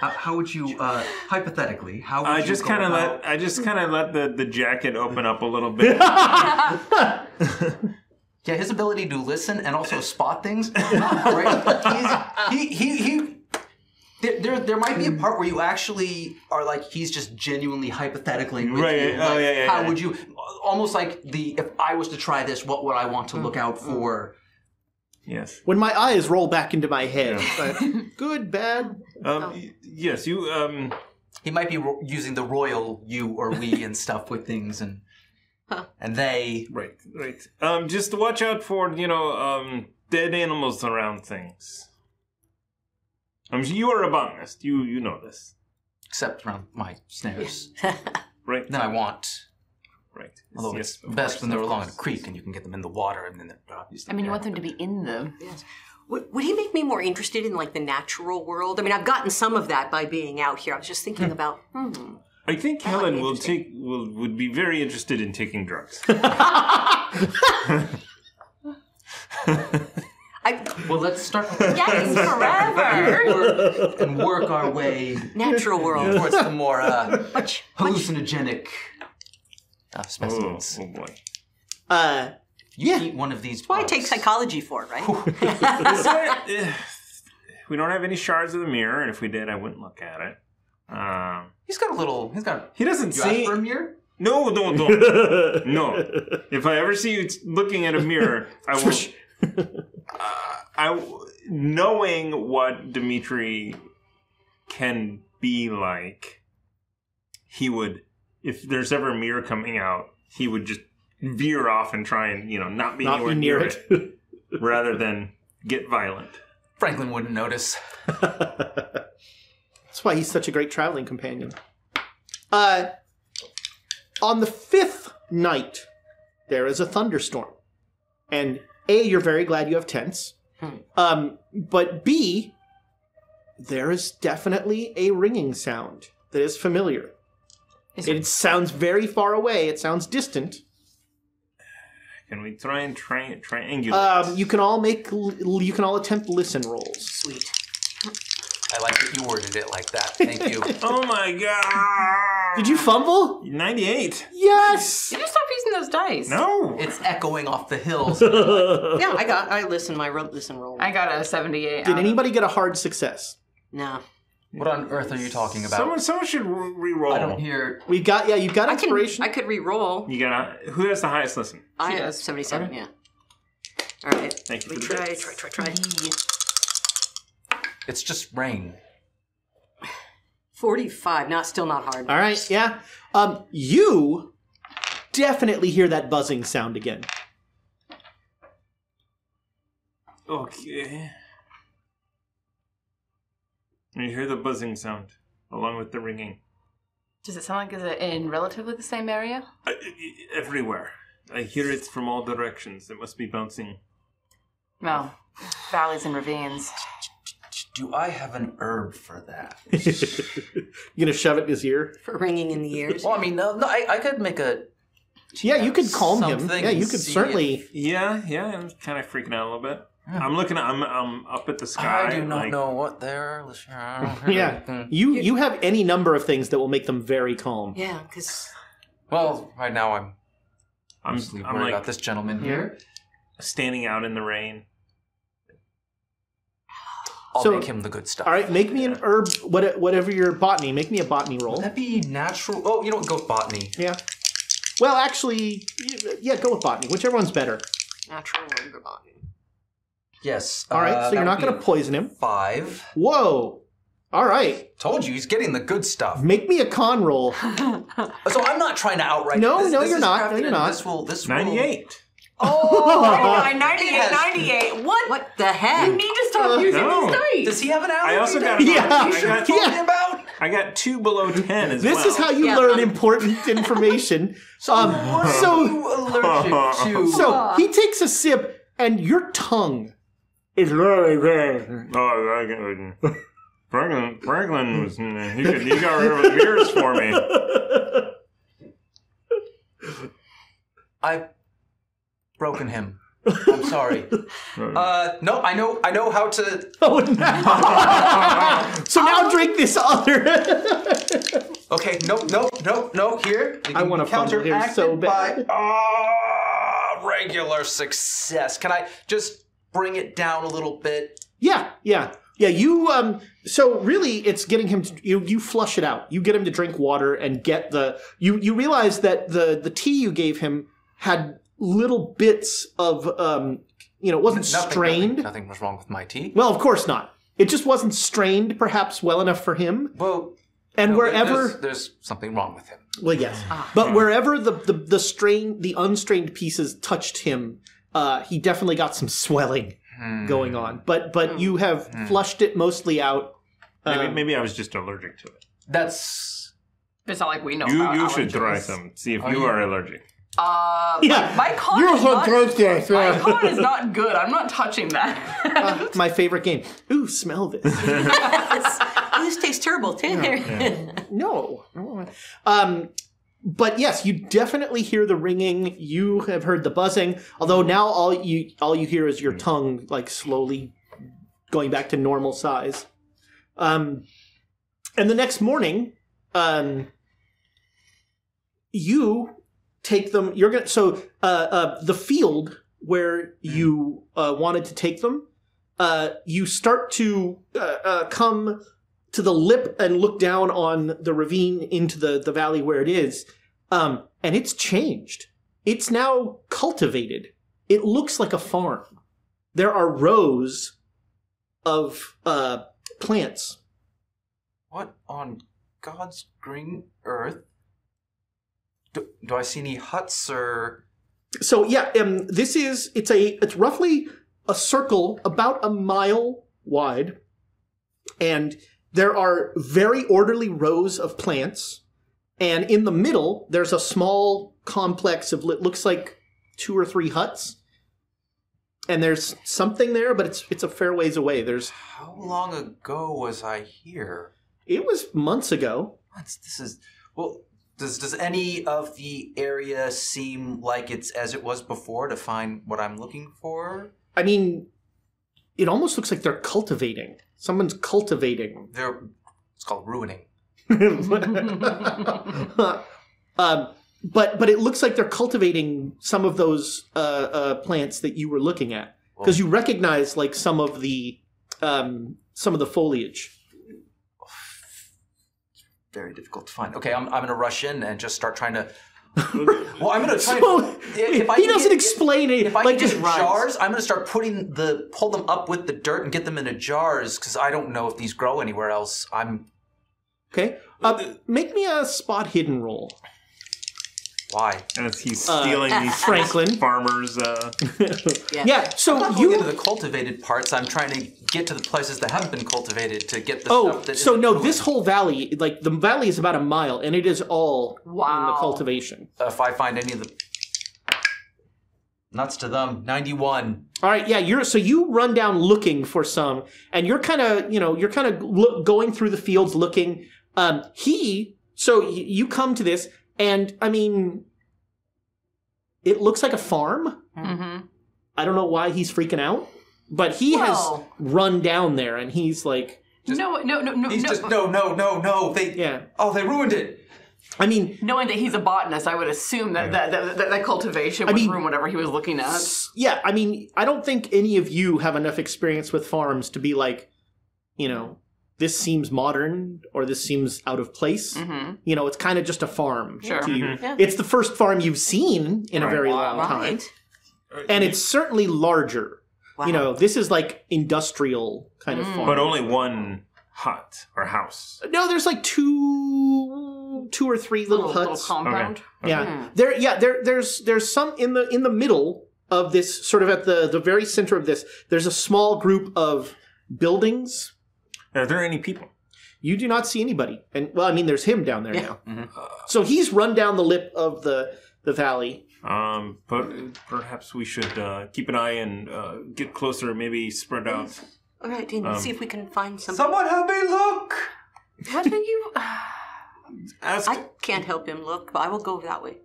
[SPEAKER 7] how, how would you, uh, hypothetically, how would
[SPEAKER 1] I
[SPEAKER 7] you
[SPEAKER 1] just
[SPEAKER 7] go
[SPEAKER 1] kind of
[SPEAKER 7] about-
[SPEAKER 1] let I just kind of let the, the jacket open up a little bit.
[SPEAKER 7] Yeah, his ability to listen and also spot things, not great. But he's, he he he. There, there, there might be a part where you actually are like he's just genuinely hypothetically with
[SPEAKER 1] Right,
[SPEAKER 7] you.
[SPEAKER 1] yeah, oh,
[SPEAKER 7] like,
[SPEAKER 1] yeah, yeah,
[SPEAKER 7] how
[SPEAKER 1] yeah.
[SPEAKER 7] would you almost like the if I was to try this, what would I want to look
[SPEAKER 8] Mm-hmm.
[SPEAKER 7] out for?
[SPEAKER 1] yes.
[SPEAKER 6] When my eyes roll back into my head, but good, bad.
[SPEAKER 1] Um, y- Yes. You. Um,
[SPEAKER 7] He might be ro- using the royal you or we and stuff with things and and they.
[SPEAKER 1] right. Right. Um, just watch out for you know um, dead animals around things. Um, you are a botanist. You you know this,
[SPEAKER 7] Except around my snares
[SPEAKER 1] right?
[SPEAKER 7] that I want.
[SPEAKER 1] Right.
[SPEAKER 7] Although
[SPEAKER 1] Yes,
[SPEAKER 7] it's best when they're
[SPEAKER 1] of
[SPEAKER 7] along a
[SPEAKER 1] course.
[SPEAKER 7] creek and you can get them in the water and then they're obviously.
[SPEAKER 8] I mean, you
[SPEAKER 7] there.
[SPEAKER 8] want them to be in the.
[SPEAKER 2] Would, would he make me more interested in like the natural world? I mean, I've gotten some of that by being out here. I was just thinking about. Hmm.
[SPEAKER 1] I think Helen will take will would be very interested in taking drugs.
[SPEAKER 2] I,
[SPEAKER 7] Well, let's start with
[SPEAKER 2] yes, forever.
[SPEAKER 7] work and work our way
[SPEAKER 2] natural world.
[SPEAKER 7] towards the more uh,
[SPEAKER 2] Much, much.
[SPEAKER 7] hallucinogenic uh,
[SPEAKER 1] oh,
[SPEAKER 7] specimens.
[SPEAKER 1] oh boy.
[SPEAKER 6] Uh,
[SPEAKER 7] You eat one of these.
[SPEAKER 2] Why
[SPEAKER 7] bugs.
[SPEAKER 2] take psychology for right?
[SPEAKER 1] Is there- eh, we don't have any shards of the mirror, and if we did, I wouldn't look at it. Um,
[SPEAKER 7] He's got a little. He's got.
[SPEAKER 1] he doesn't
[SPEAKER 7] You
[SPEAKER 1] see.
[SPEAKER 7] asked for a mirror.
[SPEAKER 1] No, don't, don't. no. If I ever see you looking at a mirror, I will. Uh, I, w- knowing what Dimitri can be like, he would. If there's ever a mirror coming out, he would just veer off and try and you know not be
[SPEAKER 6] Not be
[SPEAKER 1] anywhere
[SPEAKER 6] near
[SPEAKER 1] near it, rather than get violent.
[SPEAKER 7] Franklin wouldn't notice.
[SPEAKER 6] That's why he's such a great traveling companion. Uh, on the fifth night, there is a thunderstorm. And A, you're very glad you have tents. Um, but B, there is definitely a ringing sound that is familiar.
[SPEAKER 8] Is
[SPEAKER 6] it sounds very far away, it sounds distant.
[SPEAKER 1] Can we try and tri- triangulate?
[SPEAKER 7] Uh,
[SPEAKER 6] Um, you can all make, l- you can all attempt listen rolls.
[SPEAKER 2] Sweet.
[SPEAKER 7] I like that you worded it like that. Thank you.
[SPEAKER 1] oh my god!
[SPEAKER 6] Did you fumble?
[SPEAKER 1] 98?
[SPEAKER 6] Yes!
[SPEAKER 8] Did you stop using those dice?
[SPEAKER 1] No!
[SPEAKER 7] it's echoing off the hills.
[SPEAKER 2] Yeah, I got. I listen. My ro- listen roll.
[SPEAKER 8] I got a 78.
[SPEAKER 6] Did
[SPEAKER 8] out.
[SPEAKER 6] anybody get a hard success?
[SPEAKER 2] no.
[SPEAKER 7] What on earth are you talking about?
[SPEAKER 1] Someone, someone should re- roll
[SPEAKER 7] I don't hear.
[SPEAKER 6] We got, yeah, you got
[SPEAKER 2] I can.
[SPEAKER 6] inspiration.
[SPEAKER 2] I could re-roll.
[SPEAKER 1] You got to who has the highest listen?
[SPEAKER 2] I
[SPEAKER 8] She
[SPEAKER 2] have
[SPEAKER 8] does.
[SPEAKER 2] seventy-seven. Yeah. All right.
[SPEAKER 1] Thank you
[SPEAKER 2] We
[SPEAKER 1] for the
[SPEAKER 2] try,
[SPEAKER 1] bits.
[SPEAKER 2] try, try, try.
[SPEAKER 7] It's just rain.
[SPEAKER 2] Forty-five. Not still not hard.
[SPEAKER 6] All right, yeah. Um, you definitely hear that buzzing sound again.
[SPEAKER 1] Okay. You hear the buzzing sound along with the ringing
[SPEAKER 8] Does it sound like is it in relatively the same area?
[SPEAKER 1] I, I- everywhere. I hear it from all directions. It must be bouncing.
[SPEAKER 8] No. Valleys and ravines.
[SPEAKER 7] Do I have an herb for that?
[SPEAKER 6] You gonna shove it in his ear?
[SPEAKER 2] For ringing in the ears.
[SPEAKER 7] Well, I mean, no, no I, I could make a.
[SPEAKER 6] Yeah, you could calm him.
[SPEAKER 7] Something
[SPEAKER 6] Yeah, you
[SPEAKER 7] and
[SPEAKER 6] could
[SPEAKER 7] see
[SPEAKER 6] certainly.
[SPEAKER 1] Yeah, yeah. I'm kind of freaking out a little bit. I'm looking. I'm I'm up at the sky.
[SPEAKER 7] Hmm. I do not
[SPEAKER 1] like-
[SPEAKER 7] know what they're. I don't hear
[SPEAKER 6] Yeah,
[SPEAKER 7] anything.
[SPEAKER 6] you you have any number of things that will make them very calm.
[SPEAKER 2] Yeah, because
[SPEAKER 7] Well, right now I'm
[SPEAKER 1] I'm
[SPEAKER 7] mostly
[SPEAKER 1] I'm
[SPEAKER 7] worried
[SPEAKER 1] like
[SPEAKER 7] about this gentleman
[SPEAKER 6] Hmm.
[SPEAKER 7] here.
[SPEAKER 1] standing out in the rain.
[SPEAKER 7] I'll
[SPEAKER 6] So-
[SPEAKER 7] make him the good stuff.
[SPEAKER 6] All right, make me an herb. What whatever your botany, make me a botany roll.
[SPEAKER 7] Would that be natural? Oh, you know what? Go with botany.
[SPEAKER 6] Yeah. Well, actually, y- yeah, go with botany. Whichever one's better.
[SPEAKER 2] natural word botany.
[SPEAKER 7] Yes.
[SPEAKER 6] All right,
[SPEAKER 7] uh,
[SPEAKER 6] so you're
[SPEAKER 7] that
[SPEAKER 6] not
[SPEAKER 7] would be
[SPEAKER 6] gonna
[SPEAKER 7] a
[SPEAKER 6] poison him.
[SPEAKER 7] Five.
[SPEAKER 6] Whoa. All right,
[SPEAKER 7] Told you, he's getting the good stuff.
[SPEAKER 6] make me a con roll.
[SPEAKER 7] So I'm not trying to outright.
[SPEAKER 6] No,
[SPEAKER 7] this,
[SPEAKER 6] no,
[SPEAKER 7] this
[SPEAKER 6] you're
[SPEAKER 7] is
[SPEAKER 6] not. No,
[SPEAKER 7] crafted
[SPEAKER 6] you're
[SPEAKER 7] in-
[SPEAKER 6] not.
[SPEAKER 7] This will. This will-
[SPEAKER 1] Ninety-eight.
[SPEAKER 2] Oh, 98,
[SPEAKER 7] Yes.
[SPEAKER 2] 98. What? What the heck?
[SPEAKER 8] You need to stop using
[SPEAKER 1] no.
[SPEAKER 8] these
[SPEAKER 7] Does
[SPEAKER 8] dice.
[SPEAKER 7] he have an allergy?
[SPEAKER 1] I also
[SPEAKER 7] that
[SPEAKER 1] got.
[SPEAKER 6] Yeah.
[SPEAKER 1] I
[SPEAKER 7] You should
[SPEAKER 1] got-
[SPEAKER 7] have told me
[SPEAKER 6] Yeah.
[SPEAKER 7] about.
[SPEAKER 1] I got two below ten as
[SPEAKER 6] This
[SPEAKER 1] well.
[SPEAKER 6] is how you
[SPEAKER 2] Yeah.
[SPEAKER 6] learn important information. um,
[SPEAKER 7] What are
[SPEAKER 6] so
[SPEAKER 7] you allergic to?
[SPEAKER 6] So he takes a sip, and your tongue is really there.
[SPEAKER 1] Oh, I got Franklin. Franklin was he, could, he got rid of his mirrors for me.
[SPEAKER 7] I've broken him. I'm sorry. Uh, no, I know. I know how to.
[SPEAKER 6] Oh no! so
[SPEAKER 7] Uh-huh.
[SPEAKER 6] now drink this other.
[SPEAKER 7] Okay, no, no, no, no. Here, you
[SPEAKER 6] I
[SPEAKER 7] can
[SPEAKER 6] wanna fumble here
[SPEAKER 7] counteract
[SPEAKER 6] so
[SPEAKER 7] it
[SPEAKER 6] bad.
[SPEAKER 7] By, Ah, regular success. Can I just bring it down a little bit?
[SPEAKER 6] yeah, yeah, yeah. You um. So really, it's getting him. To, you you flush it out. You get him to drink water and get the. You you realize that the the tea you gave him had little bits of um. You know, it wasn't
[SPEAKER 7] Nothing,
[SPEAKER 6] strained.
[SPEAKER 7] Nothing, nothing was wrong with my tea.
[SPEAKER 6] Well, of course not. It just wasn't strained, perhaps well enough for him.
[SPEAKER 7] Well,
[SPEAKER 6] And wherever,
[SPEAKER 7] there's, there's something wrong with him.
[SPEAKER 6] well, yes,
[SPEAKER 8] Ah,
[SPEAKER 6] but wherever the, the the strain, the unstrained pieces touched him, uh, he definitely got some swelling
[SPEAKER 8] Hmm.
[SPEAKER 6] going on. But but you have flushed it mostly out.
[SPEAKER 1] Maybe, maybe I was just allergic to it.
[SPEAKER 7] That's
[SPEAKER 8] It's not like we know.
[SPEAKER 1] You
[SPEAKER 8] about
[SPEAKER 1] you should
[SPEAKER 8] allergies.
[SPEAKER 1] try some. See if
[SPEAKER 6] Oh,
[SPEAKER 1] you are allergic.
[SPEAKER 8] Uh,
[SPEAKER 6] Yeah.
[SPEAKER 8] my con
[SPEAKER 6] You're
[SPEAKER 8] is
[SPEAKER 6] so
[SPEAKER 8] not,
[SPEAKER 6] gross, yeah.
[SPEAKER 8] My con is not good. I'm not touching that.
[SPEAKER 6] My favorite game. Ooh, smell this.
[SPEAKER 2] Oh, this tastes terrible. too.
[SPEAKER 6] no. Um, but yes, you definitely hear the ringing. You have heard the buzzing. Although now all you all you hear is your tongue like slowly going back to normal size. Um, and the next morning, um, you take them. You're gonna so uh, uh, the field where you uh, wanted to take them. Uh, you start to uh, uh, come to the lip and look down on the ravine into the the valley where it is, um, and it's changed. It's now cultivated. It looks like a farm. There are rows of uh, plants.
[SPEAKER 7] what on God's green earth. Do, do I see any huts or?
[SPEAKER 6] So yeah, um, this is it's a it's roughly a circle about a mile wide, and there are very orderly rows of plants, and in the middle there's a small complex of it looks like two or three huts, and there's something there, but it's it's a fair ways away. There's
[SPEAKER 7] How long ago was I here?
[SPEAKER 6] it was months ago.
[SPEAKER 7] What's this is well does does any of the area seem like it's as it was before to find what I'm looking for?
[SPEAKER 6] I mean, it almost looks like they're cultivating. Someone's cultivating
[SPEAKER 7] There it's called ruining.
[SPEAKER 6] um, but but it looks like they're cultivating some of those uh, uh, plants that you were looking at
[SPEAKER 7] Oh.
[SPEAKER 6] because you recognize like some of the um, some of the foliage.
[SPEAKER 7] Very difficult to find. Okay, I'm I'm gonna rush in and just start trying to Well I'm gonna try
[SPEAKER 6] So,
[SPEAKER 7] if I
[SPEAKER 6] he
[SPEAKER 7] can
[SPEAKER 6] doesn't
[SPEAKER 7] get-
[SPEAKER 6] explain it.
[SPEAKER 7] if I
[SPEAKER 6] like
[SPEAKER 7] can get jars, I'm gonna start putting the pull them up with the dirt and get them into jars because I don't know if these grow anywhere else. I'm
[SPEAKER 6] Okay, uh, make me a spot hidden roll,
[SPEAKER 7] why?
[SPEAKER 1] As he's
[SPEAKER 6] Uh,
[SPEAKER 1] stealing these
[SPEAKER 6] Franklin.
[SPEAKER 1] farmers. Uh,
[SPEAKER 6] Yeah.
[SPEAKER 7] I'm
[SPEAKER 6] so
[SPEAKER 7] not going
[SPEAKER 6] Oh, you
[SPEAKER 7] into the cultivated parts. I'm trying to get to the places that have been cultivated to get the
[SPEAKER 6] Oh,
[SPEAKER 7] stuff that
[SPEAKER 6] so
[SPEAKER 7] isn't
[SPEAKER 6] no,
[SPEAKER 7] ruined.
[SPEAKER 6] this whole valley, like the valley is about a mile, and it is all in the
[SPEAKER 8] Wow.
[SPEAKER 6] cultivation.
[SPEAKER 7] if I find any of the nuts to them. Ninety-one.
[SPEAKER 6] All right, yeah, you're so you run down looking for some, and you're kind of you know you're kind of look, going through the fields looking. Um, he so y- you come to this, and I mean, it looks like a farm.
[SPEAKER 8] Mhm.
[SPEAKER 6] I don't know why he's freaking out, but he has
[SPEAKER 8] Well.
[SPEAKER 6] run down there, and he's like,
[SPEAKER 8] no, no, no, no,
[SPEAKER 7] He's
[SPEAKER 8] no.
[SPEAKER 7] just no, no, no, no. They
[SPEAKER 6] yeah.
[SPEAKER 7] oh, they ruined it.
[SPEAKER 6] I mean,
[SPEAKER 8] Knowing that he's a botanist, I would assume that that, that, that, that cultivation was
[SPEAKER 6] mean-
[SPEAKER 8] room whatever he was looking at.
[SPEAKER 6] yeah, I mean, I don't think any of you have enough experience with farms to be like, you know, this seems modern or this seems out of place.
[SPEAKER 8] Mhm.
[SPEAKER 6] You know, it's kind of just a farm
[SPEAKER 8] Sure.
[SPEAKER 6] to you.
[SPEAKER 1] Mhm.
[SPEAKER 2] Yeah.
[SPEAKER 6] It's the first farm you've seen in a very long time,
[SPEAKER 2] Right.
[SPEAKER 6] and it's certainly larger.
[SPEAKER 2] Wow.
[SPEAKER 6] You know, this is like industrial kind of farm.
[SPEAKER 1] but only one hut or house.
[SPEAKER 6] no, there's like two, two or three little, huts.
[SPEAKER 8] compound.
[SPEAKER 6] Yeah, there. Yeah, there. There's there's some in the in the middle of this sort of at the the very center of this. There's a small group of buildings.
[SPEAKER 1] Are there any people?
[SPEAKER 6] You do not see anybody, and well, I mean, there's him down there now.
[SPEAKER 7] Mhm.
[SPEAKER 6] So he's run down the lip of the the valley.
[SPEAKER 1] Um, but perhaps we should uh, keep an eye and uh, get closer. Maybe spread out.
[SPEAKER 2] All right, and see if we can find some.
[SPEAKER 7] Someone help me look.
[SPEAKER 8] What are you? uh,
[SPEAKER 1] Ask.
[SPEAKER 2] I can't help him look, but I will go that way.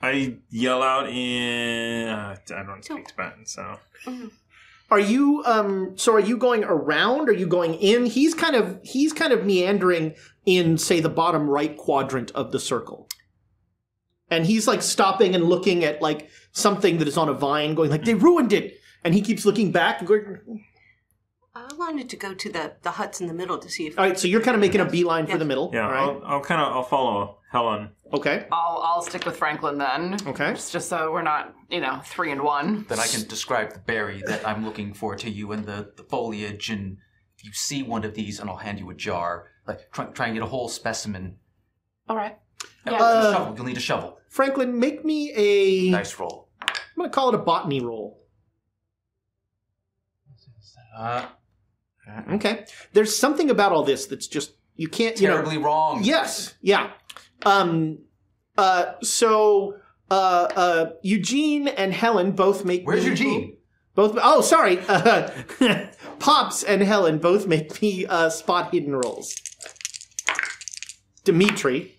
[SPEAKER 1] I yell out in. Uh, I don't speak Tibetan, so.
[SPEAKER 6] Are you um so are you going around? Are you going in? He's kind of he's kind of meandering in say the bottom right quadrant of the circle. And he's like stopping and looking at like something that is on a vine going like they ruined it. And he keeps looking back and going
[SPEAKER 2] I wanted to go to the, the huts in the middle to see if.
[SPEAKER 6] All right, so you're kind of making a beeline for the middle,
[SPEAKER 1] Yeah,
[SPEAKER 6] all right?
[SPEAKER 1] I'll, I'll kind of I'll follow Helen.
[SPEAKER 6] Okay.
[SPEAKER 8] I'll I'll stick with Franklin then.
[SPEAKER 6] Okay.
[SPEAKER 8] Just, just so we're not you know three and one.
[SPEAKER 7] Then I can describe the berry that I'm looking for to you and the, the foliage. And if you see one of these, and I'll hand you a jar. Like try, try and get a whole specimen.
[SPEAKER 8] All right.
[SPEAKER 7] Uh,
[SPEAKER 8] Yeah.
[SPEAKER 7] with a
[SPEAKER 6] Uh,
[SPEAKER 7] shovel. You'll need a shovel.
[SPEAKER 6] Franklin, make me a I'm
[SPEAKER 7] Nice roll.
[SPEAKER 6] going to call it a botany roll.
[SPEAKER 7] Uh,
[SPEAKER 6] Okay. There's something about all this that's just you can't you know,
[SPEAKER 7] terribly wrong.
[SPEAKER 6] Yes. Yeah. Um. Uh. So. Uh. Uh. Eugene and Helen both make.
[SPEAKER 7] Where's
[SPEAKER 6] me-
[SPEAKER 7] Eugene?
[SPEAKER 6] Both. Oh, sorry. Uh, Pops and Helen both make me uh, spot hidden rolls. Dimitri.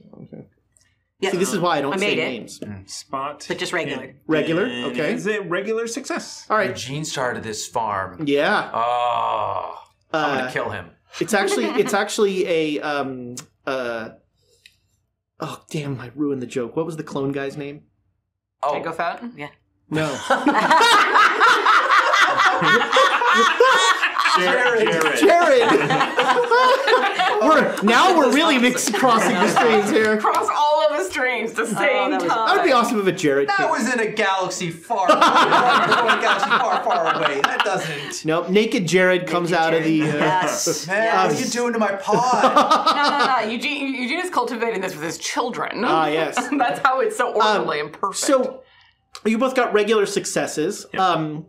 [SPEAKER 2] Yeah.
[SPEAKER 6] See, this is why I don't
[SPEAKER 2] I
[SPEAKER 6] say
[SPEAKER 2] made it.
[SPEAKER 6] names.
[SPEAKER 1] Mm, Spot.
[SPEAKER 2] But just regular.
[SPEAKER 6] Regular.
[SPEAKER 1] And
[SPEAKER 6] Okay.
[SPEAKER 1] Is it regular success?
[SPEAKER 6] All right.
[SPEAKER 7] Eugene started this farm.
[SPEAKER 6] Yeah.
[SPEAKER 7] Oh, I'm
[SPEAKER 6] Uh,
[SPEAKER 7] gonna kill him.
[SPEAKER 6] it's actually. It's actually a. Um. Uh. Oh damn! I ruined the joke. What was the clone guy's name?
[SPEAKER 7] Oh,
[SPEAKER 8] I go fat.
[SPEAKER 6] No.
[SPEAKER 1] Jared. Jared.
[SPEAKER 6] Jared. we're, now we're really mix, crossing the streams here.
[SPEAKER 8] Cross all of the streams at the same
[SPEAKER 2] Oh, that was-
[SPEAKER 8] time.
[SPEAKER 6] That would be awesome if a Jared.
[SPEAKER 7] that
[SPEAKER 6] came.
[SPEAKER 7] was in a galaxy far, far, far, galaxy far, far away. That doesn't.
[SPEAKER 6] Nope, naked Jared comes out of the. Uh,
[SPEAKER 2] Yes.
[SPEAKER 7] Man, what are you doing to my pod?
[SPEAKER 8] No, no, no. Eugene, Eugene is cultivating this with his children.
[SPEAKER 6] Ah, yes. Um,
[SPEAKER 8] That's how it's so orderly and perfect.
[SPEAKER 6] so, you both got regular successes. Um,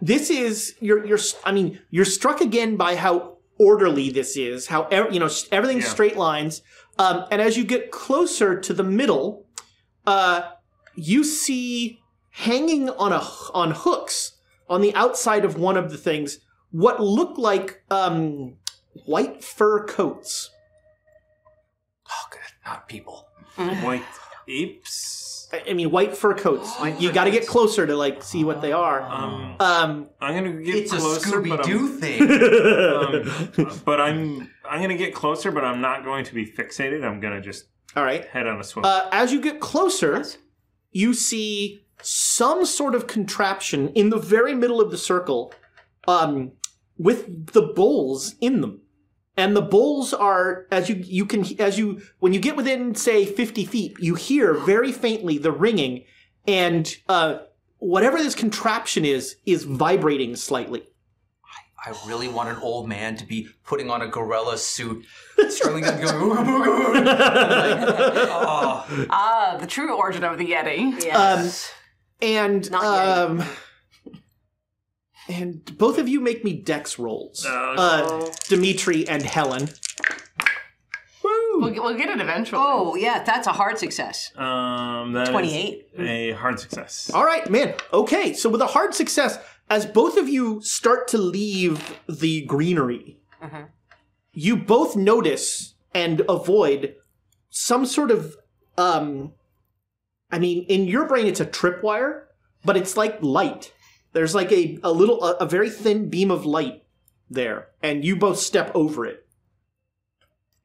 [SPEAKER 6] this is you're you're. I mean, you're struck again by how orderly this is. How ev- you know s- everything's straight lines. Um, and as you get closer to the middle, uh, you see hanging on a h- on hooks on the outside of one of the things what look like um, white fur coats.
[SPEAKER 7] oh, God, not people.
[SPEAKER 1] White apes.
[SPEAKER 6] I I mean, white fur coats. Like, you got to get closer to like see what they are.
[SPEAKER 1] Um,
[SPEAKER 6] Um,
[SPEAKER 1] I'm gonna get
[SPEAKER 7] It's a
[SPEAKER 1] closer,
[SPEAKER 7] Scooby
[SPEAKER 1] but
[SPEAKER 7] Doo
[SPEAKER 1] I'm,
[SPEAKER 7] thing.
[SPEAKER 1] um, but I'm I'm gonna get closer, but I'm not going to be fixated. I'm gonna just
[SPEAKER 6] all right.
[SPEAKER 1] head on a swivel.
[SPEAKER 6] Uh, as you get closer, you see some sort of contraption in the very middle of the circle, um, with the bowls in them, and the bowls are as you you can as you when you get within say fifty feet, you hear very faintly the ringing, and uh, whatever this contraption is is vibrating slightly.
[SPEAKER 7] I really want an old man to be putting on a gorilla suit, strolling up, going, "Ooga, booga, booga." oh,
[SPEAKER 8] ah, the true origin of the Yeti.
[SPEAKER 6] Um,
[SPEAKER 2] Yes.
[SPEAKER 6] And
[SPEAKER 2] Not
[SPEAKER 6] um and both of you make me dex rolls. Uh Dimitri and Helen.
[SPEAKER 8] We'll, get- we'll get it eventually.
[SPEAKER 2] oh, yeah, that's a hard success.
[SPEAKER 1] um, that is
[SPEAKER 2] 28.
[SPEAKER 1] a hard success.
[SPEAKER 6] All right, man. Okay, so with a hard success, as both of you start to leave the greenery, you both notice and avoid some sort of um I mean, in your brain it's a tripwire, but it's like light. There's like a, a little a, a very thin beam of light there, and you both step over it.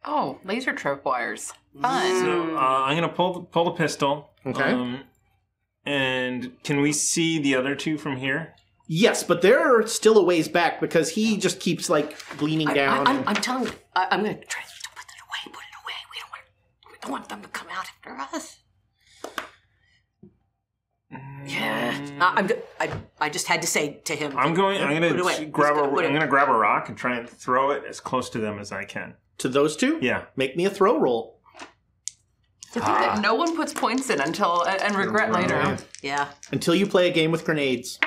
[SPEAKER 8] Oh, laser trip wires. Fun.
[SPEAKER 1] So uh, I'm gonna pull the, pull the pistol.
[SPEAKER 6] Okay.
[SPEAKER 1] Um, and can we see the other two from here?
[SPEAKER 6] Yes, but they're still a ways back because he just keeps like leaning down.
[SPEAKER 2] I, am I'm telling you, I, I'm going to try to put it away, put it away. We don't want, we don't want them to come out after us. Yeah, I, I'm. go- I, I just had to say to him.
[SPEAKER 1] I'm going. I'm
[SPEAKER 2] Put it
[SPEAKER 1] gonna
[SPEAKER 2] away.
[SPEAKER 1] t-
[SPEAKER 2] Just
[SPEAKER 1] grab a.
[SPEAKER 2] put it-
[SPEAKER 1] I'm gonna grab a rock and try and throw it as close to them as I can.
[SPEAKER 6] to those two?
[SPEAKER 1] Yeah.
[SPEAKER 6] Make me a throw roll.
[SPEAKER 8] To think that no one puts points in until and, and regret later.
[SPEAKER 2] Yeah,
[SPEAKER 6] Until you play a game with grenades.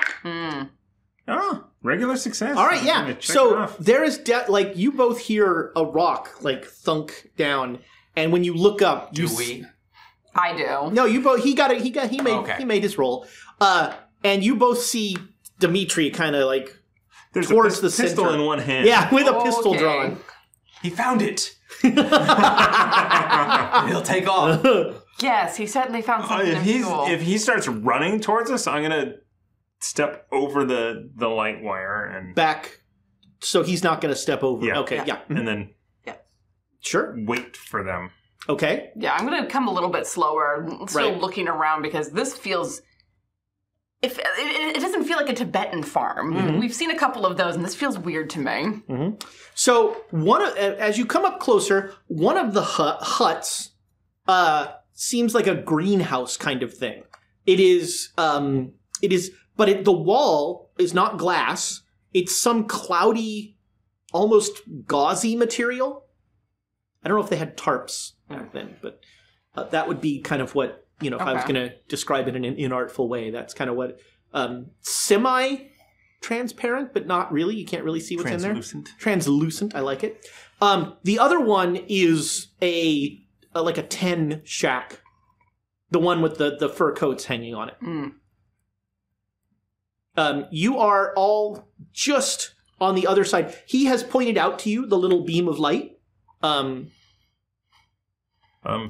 [SPEAKER 1] Oh, regular success.
[SPEAKER 6] All right,
[SPEAKER 1] I'm gonna
[SPEAKER 6] yeah.
[SPEAKER 1] check it
[SPEAKER 6] So
[SPEAKER 1] off.
[SPEAKER 6] there is de- like you both hear a rock like thunk down, and when you look up, you
[SPEAKER 7] do
[SPEAKER 6] s-
[SPEAKER 7] we?
[SPEAKER 8] I do.
[SPEAKER 6] No, you both. He got it. He got. He made.
[SPEAKER 7] Okay.
[SPEAKER 6] He made his roll. Uh, and you both see Dimitri kind of like
[SPEAKER 1] there's
[SPEAKER 6] towards
[SPEAKER 1] a
[SPEAKER 6] the
[SPEAKER 1] pis- pistol
[SPEAKER 6] center.
[SPEAKER 1] in one hand.
[SPEAKER 6] yeah, with a pistol
[SPEAKER 8] Okay.
[SPEAKER 6] drawn.
[SPEAKER 7] He found it. He'll take off.
[SPEAKER 8] Yes, he certainly found
[SPEAKER 9] Uh,
[SPEAKER 1] Oh,
[SPEAKER 8] something
[SPEAKER 9] if he's
[SPEAKER 8] unusual.
[SPEAKER 9] if he starts running towards us, I'm gonna step over the the light wire and
[SPEAKER 6] back, so he's not going to step over.
[SPEAKER 9] yeah,
[SPEAKER 6] Okay, yeah,
[SPEAKER 9] and then
[SPEAKER 6] sure.
[SPEAKER 9] wait for them.
[SPEAKER 6] Okay,
[SPEAKER 8] yeah, I'm gonna come a little bit slower, still
[SPEAKER 6] Right.
[SPEAKER 8] looking around because this feels. If, it, it doesn't feel like a Tibetan farm. We've seen a couple of those, and this feels weird to me.
[SPEAKER 6] So one of, as you come up closer, one of the hut, huts uh, seems like a greenhouse kind of thing. It is, um, it is, but it, the wall is not glass. It's some cloudy, almost gauzy material. I don't know if they had tarps back then, but uh, that would be kind of what you know. If I was
[SPEAKER 8] Okay.
[SPEAKER 6] going to describe it in an inartful way, that's kind of what um, semi-transparent, but not really. You can't really see what's in there
[SPEAKER 9] Translucent.
[SPEAKER 6] translucent. I like it. Um, the other one is a, a like a ten shack, the one with the the fur coats hanging on it. Um, you are all just on the other side. He has pointed out to you the little beam of light. Um,
[SPEAKER 9] Um.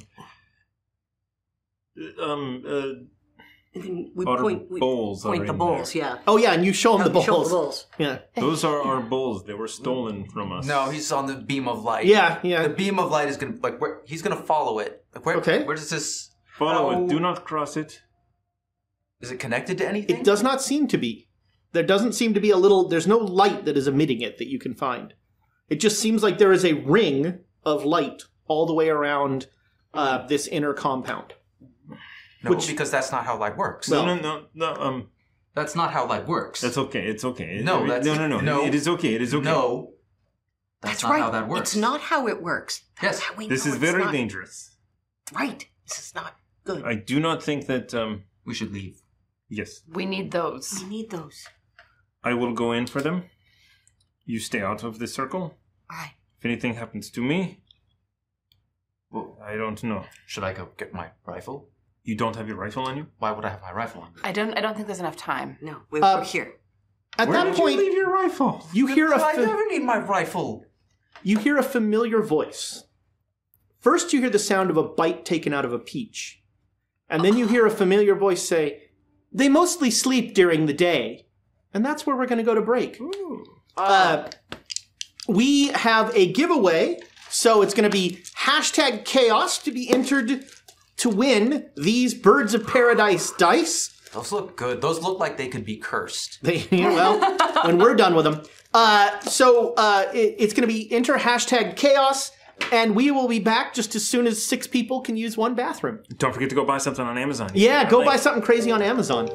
[SPEAKER 9] Um. Uh,
[SPEAKER 10] And then we
[SPEAKER 9] Our
[SPEAKER 10] point, we
[SPEAKER 9] bowls are
[SPEAKER 10] point the
[SPEAKER 9] in there.
[SPEAKER 10] bowls, yeah.
[SPEAKER 6] oh yeah, and you show him the balls.
[SPEAKER 10] Show the bowls.
[SPEAKER 6] Yeah,
[SPEAKER 9] those are our bowls. They were stolen from us.
[SPEAKER 7] No, he's on the beam of light.
[SPEAKER 6] yeah, yeah.
[SPEAKER 7] The beam of light is gonna like where he's gonna follow it. Like where
[SPEAKER 6] Okay.
[SPEAKER 7] where does this
[SPEAKER 9] follow
[SPEAKER 7] How-
[SPEAKER 9] it. Do not cross it.
[SPEAKER 7] is it connected to anything?
[SPEAKER 6] It does not seem to be. There doesn't seem to be a little. There's no light that is emitting it that you can find. It just seems like there is a ring of light all the way around uh, this inner compound.
[SPEAKER 7] No, because that's not how light works.
[SPEAKER 6] Well-
[SPEAKER 9] No, no, no, no. Um,
[SPEAKER 7] That's not how light works.
[SPEAKER 9] that's okay. It's okay.
[SPEAKER 7] No,
[SPEAKER 9] It-
[SPEAKER 7] that's-
[SPEAKER 9] no, no, no,
[SPEAKER 7] no.
[SPEAKER 9] It is okay. It is okay.
[SPEAKER 7] No. That's, not
[SPEAKER 10] right.
[SPEAKER 7] how that works.
[SPEAKER 10] It's not how it works. That's
[SPEAKER 7] Yes.
[SPEAKER 10] how we
[SPEAKER 9] This
[SPEAKER 10] know
[SPEAKER 9] is
[SPEAKER 10] it's
[SPEAKER 9] very
[SPEAKER 10] not
[SPEAKER 9] dangerous.
[SPEAKER 10] Right. This is not good.
[SPEAKER 9] I do not think that. Um.
[SPEAKER 7] We should leave.
[SPEAKER 9] Yes,
[SPEAKER 8] We need those.
[SPEAKER 10] We need those.
[SPEAKER 9] I will go in for them. You stay out of the circle.
[SPEAKER 10] All right.
[SPEAKER 9] If anything happens to me, well, I don't know.
[SPEAKER 7] Should I go get my rifle?
[SPEAKER 9] You don't have your rifle on you.
[SPEAKER 7] Why would I have my rifle on me?
[SPEAKER 8] I don't. I don't think there's enough time.
[SPEAKER 10] No, we- we're
[SPEAKER 6] Uh,
[SPEAKER 10] here.
[SPEAKER 6] At
[SPEAKER 9] Where
[SPEAKER 6] that
[SPEAKER 9] did
[SPEAKER 6] point,
[SPEAKER 9] you
[SPEAKER 6] you,
[SPEAKER 9] leave your rifle?
[SPEAKER 6] hear a
[SPEAKER 7] I
[SPEAKER 6] fa-
[SPEAKER 7] never need my rifle.
[SPEAKER 6] you hear a familiar voice. First, you hear the sound of a bite taken out of a peach, and then you hear a familiar voice say, "They mostly sleep during the day, and that's where we're going to go to break." Uh, we have a giveaway, so it's going to be hashtag chaos to be entered to win these Birds of Paradise dice.
[SPEAKER 7] Those look good. Those look like they could be cursed.
[SPEAKER 6] They, well, when we're done with them. Uh, so uh, it- it's going to be enter hashtag chaos, and we will be back just as soon as six people can use one bathroom.
[SPEAKER 9] Don't forget to go buy something on Amazon.
[SPEAKER 6] Yeah, go buy
[SPEAKER 9] like-
[SPEAKER 6] something crazy on Amazon.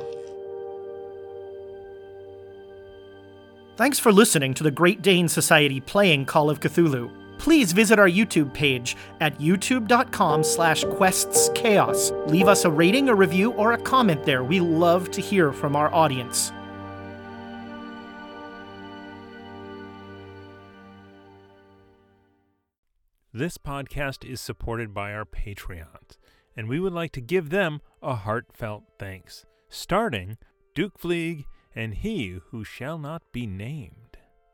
[SPEAKER 11] Thanks for listening to the Great Dane Society playing Call of Cthulhu. Please visit our YouTube page at youtube.com slash questschaos. Leave us a rating, a review, or a comment there. We love to hear from our audience.
[SPEAKER 1] This podcast is supported by our Patreons, and we would like to give them a heartfelt thanks, starting Duke Fleeg and He Who Shall Not Be Named.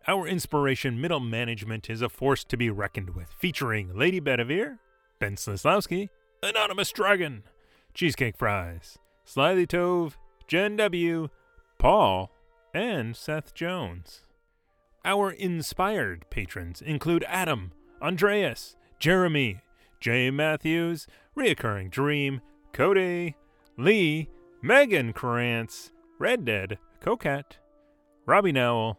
[SPEAKER 1] Our inspiration, Middle Management, is a force to be reckoned with, featuring Lady Bedivere, Ben Slislawski, Anonymous Dragon, Cheesecake Fries, Slyly Tove, Jen W., Paul, and Seth Jones. Our inspired patrons include Adam, Andreas, Jeremy, Jay Matthews, Reoccurring Dream, Cody, Lee, Megan Krantz, Red Dead, Coquette, Robbie Nowell,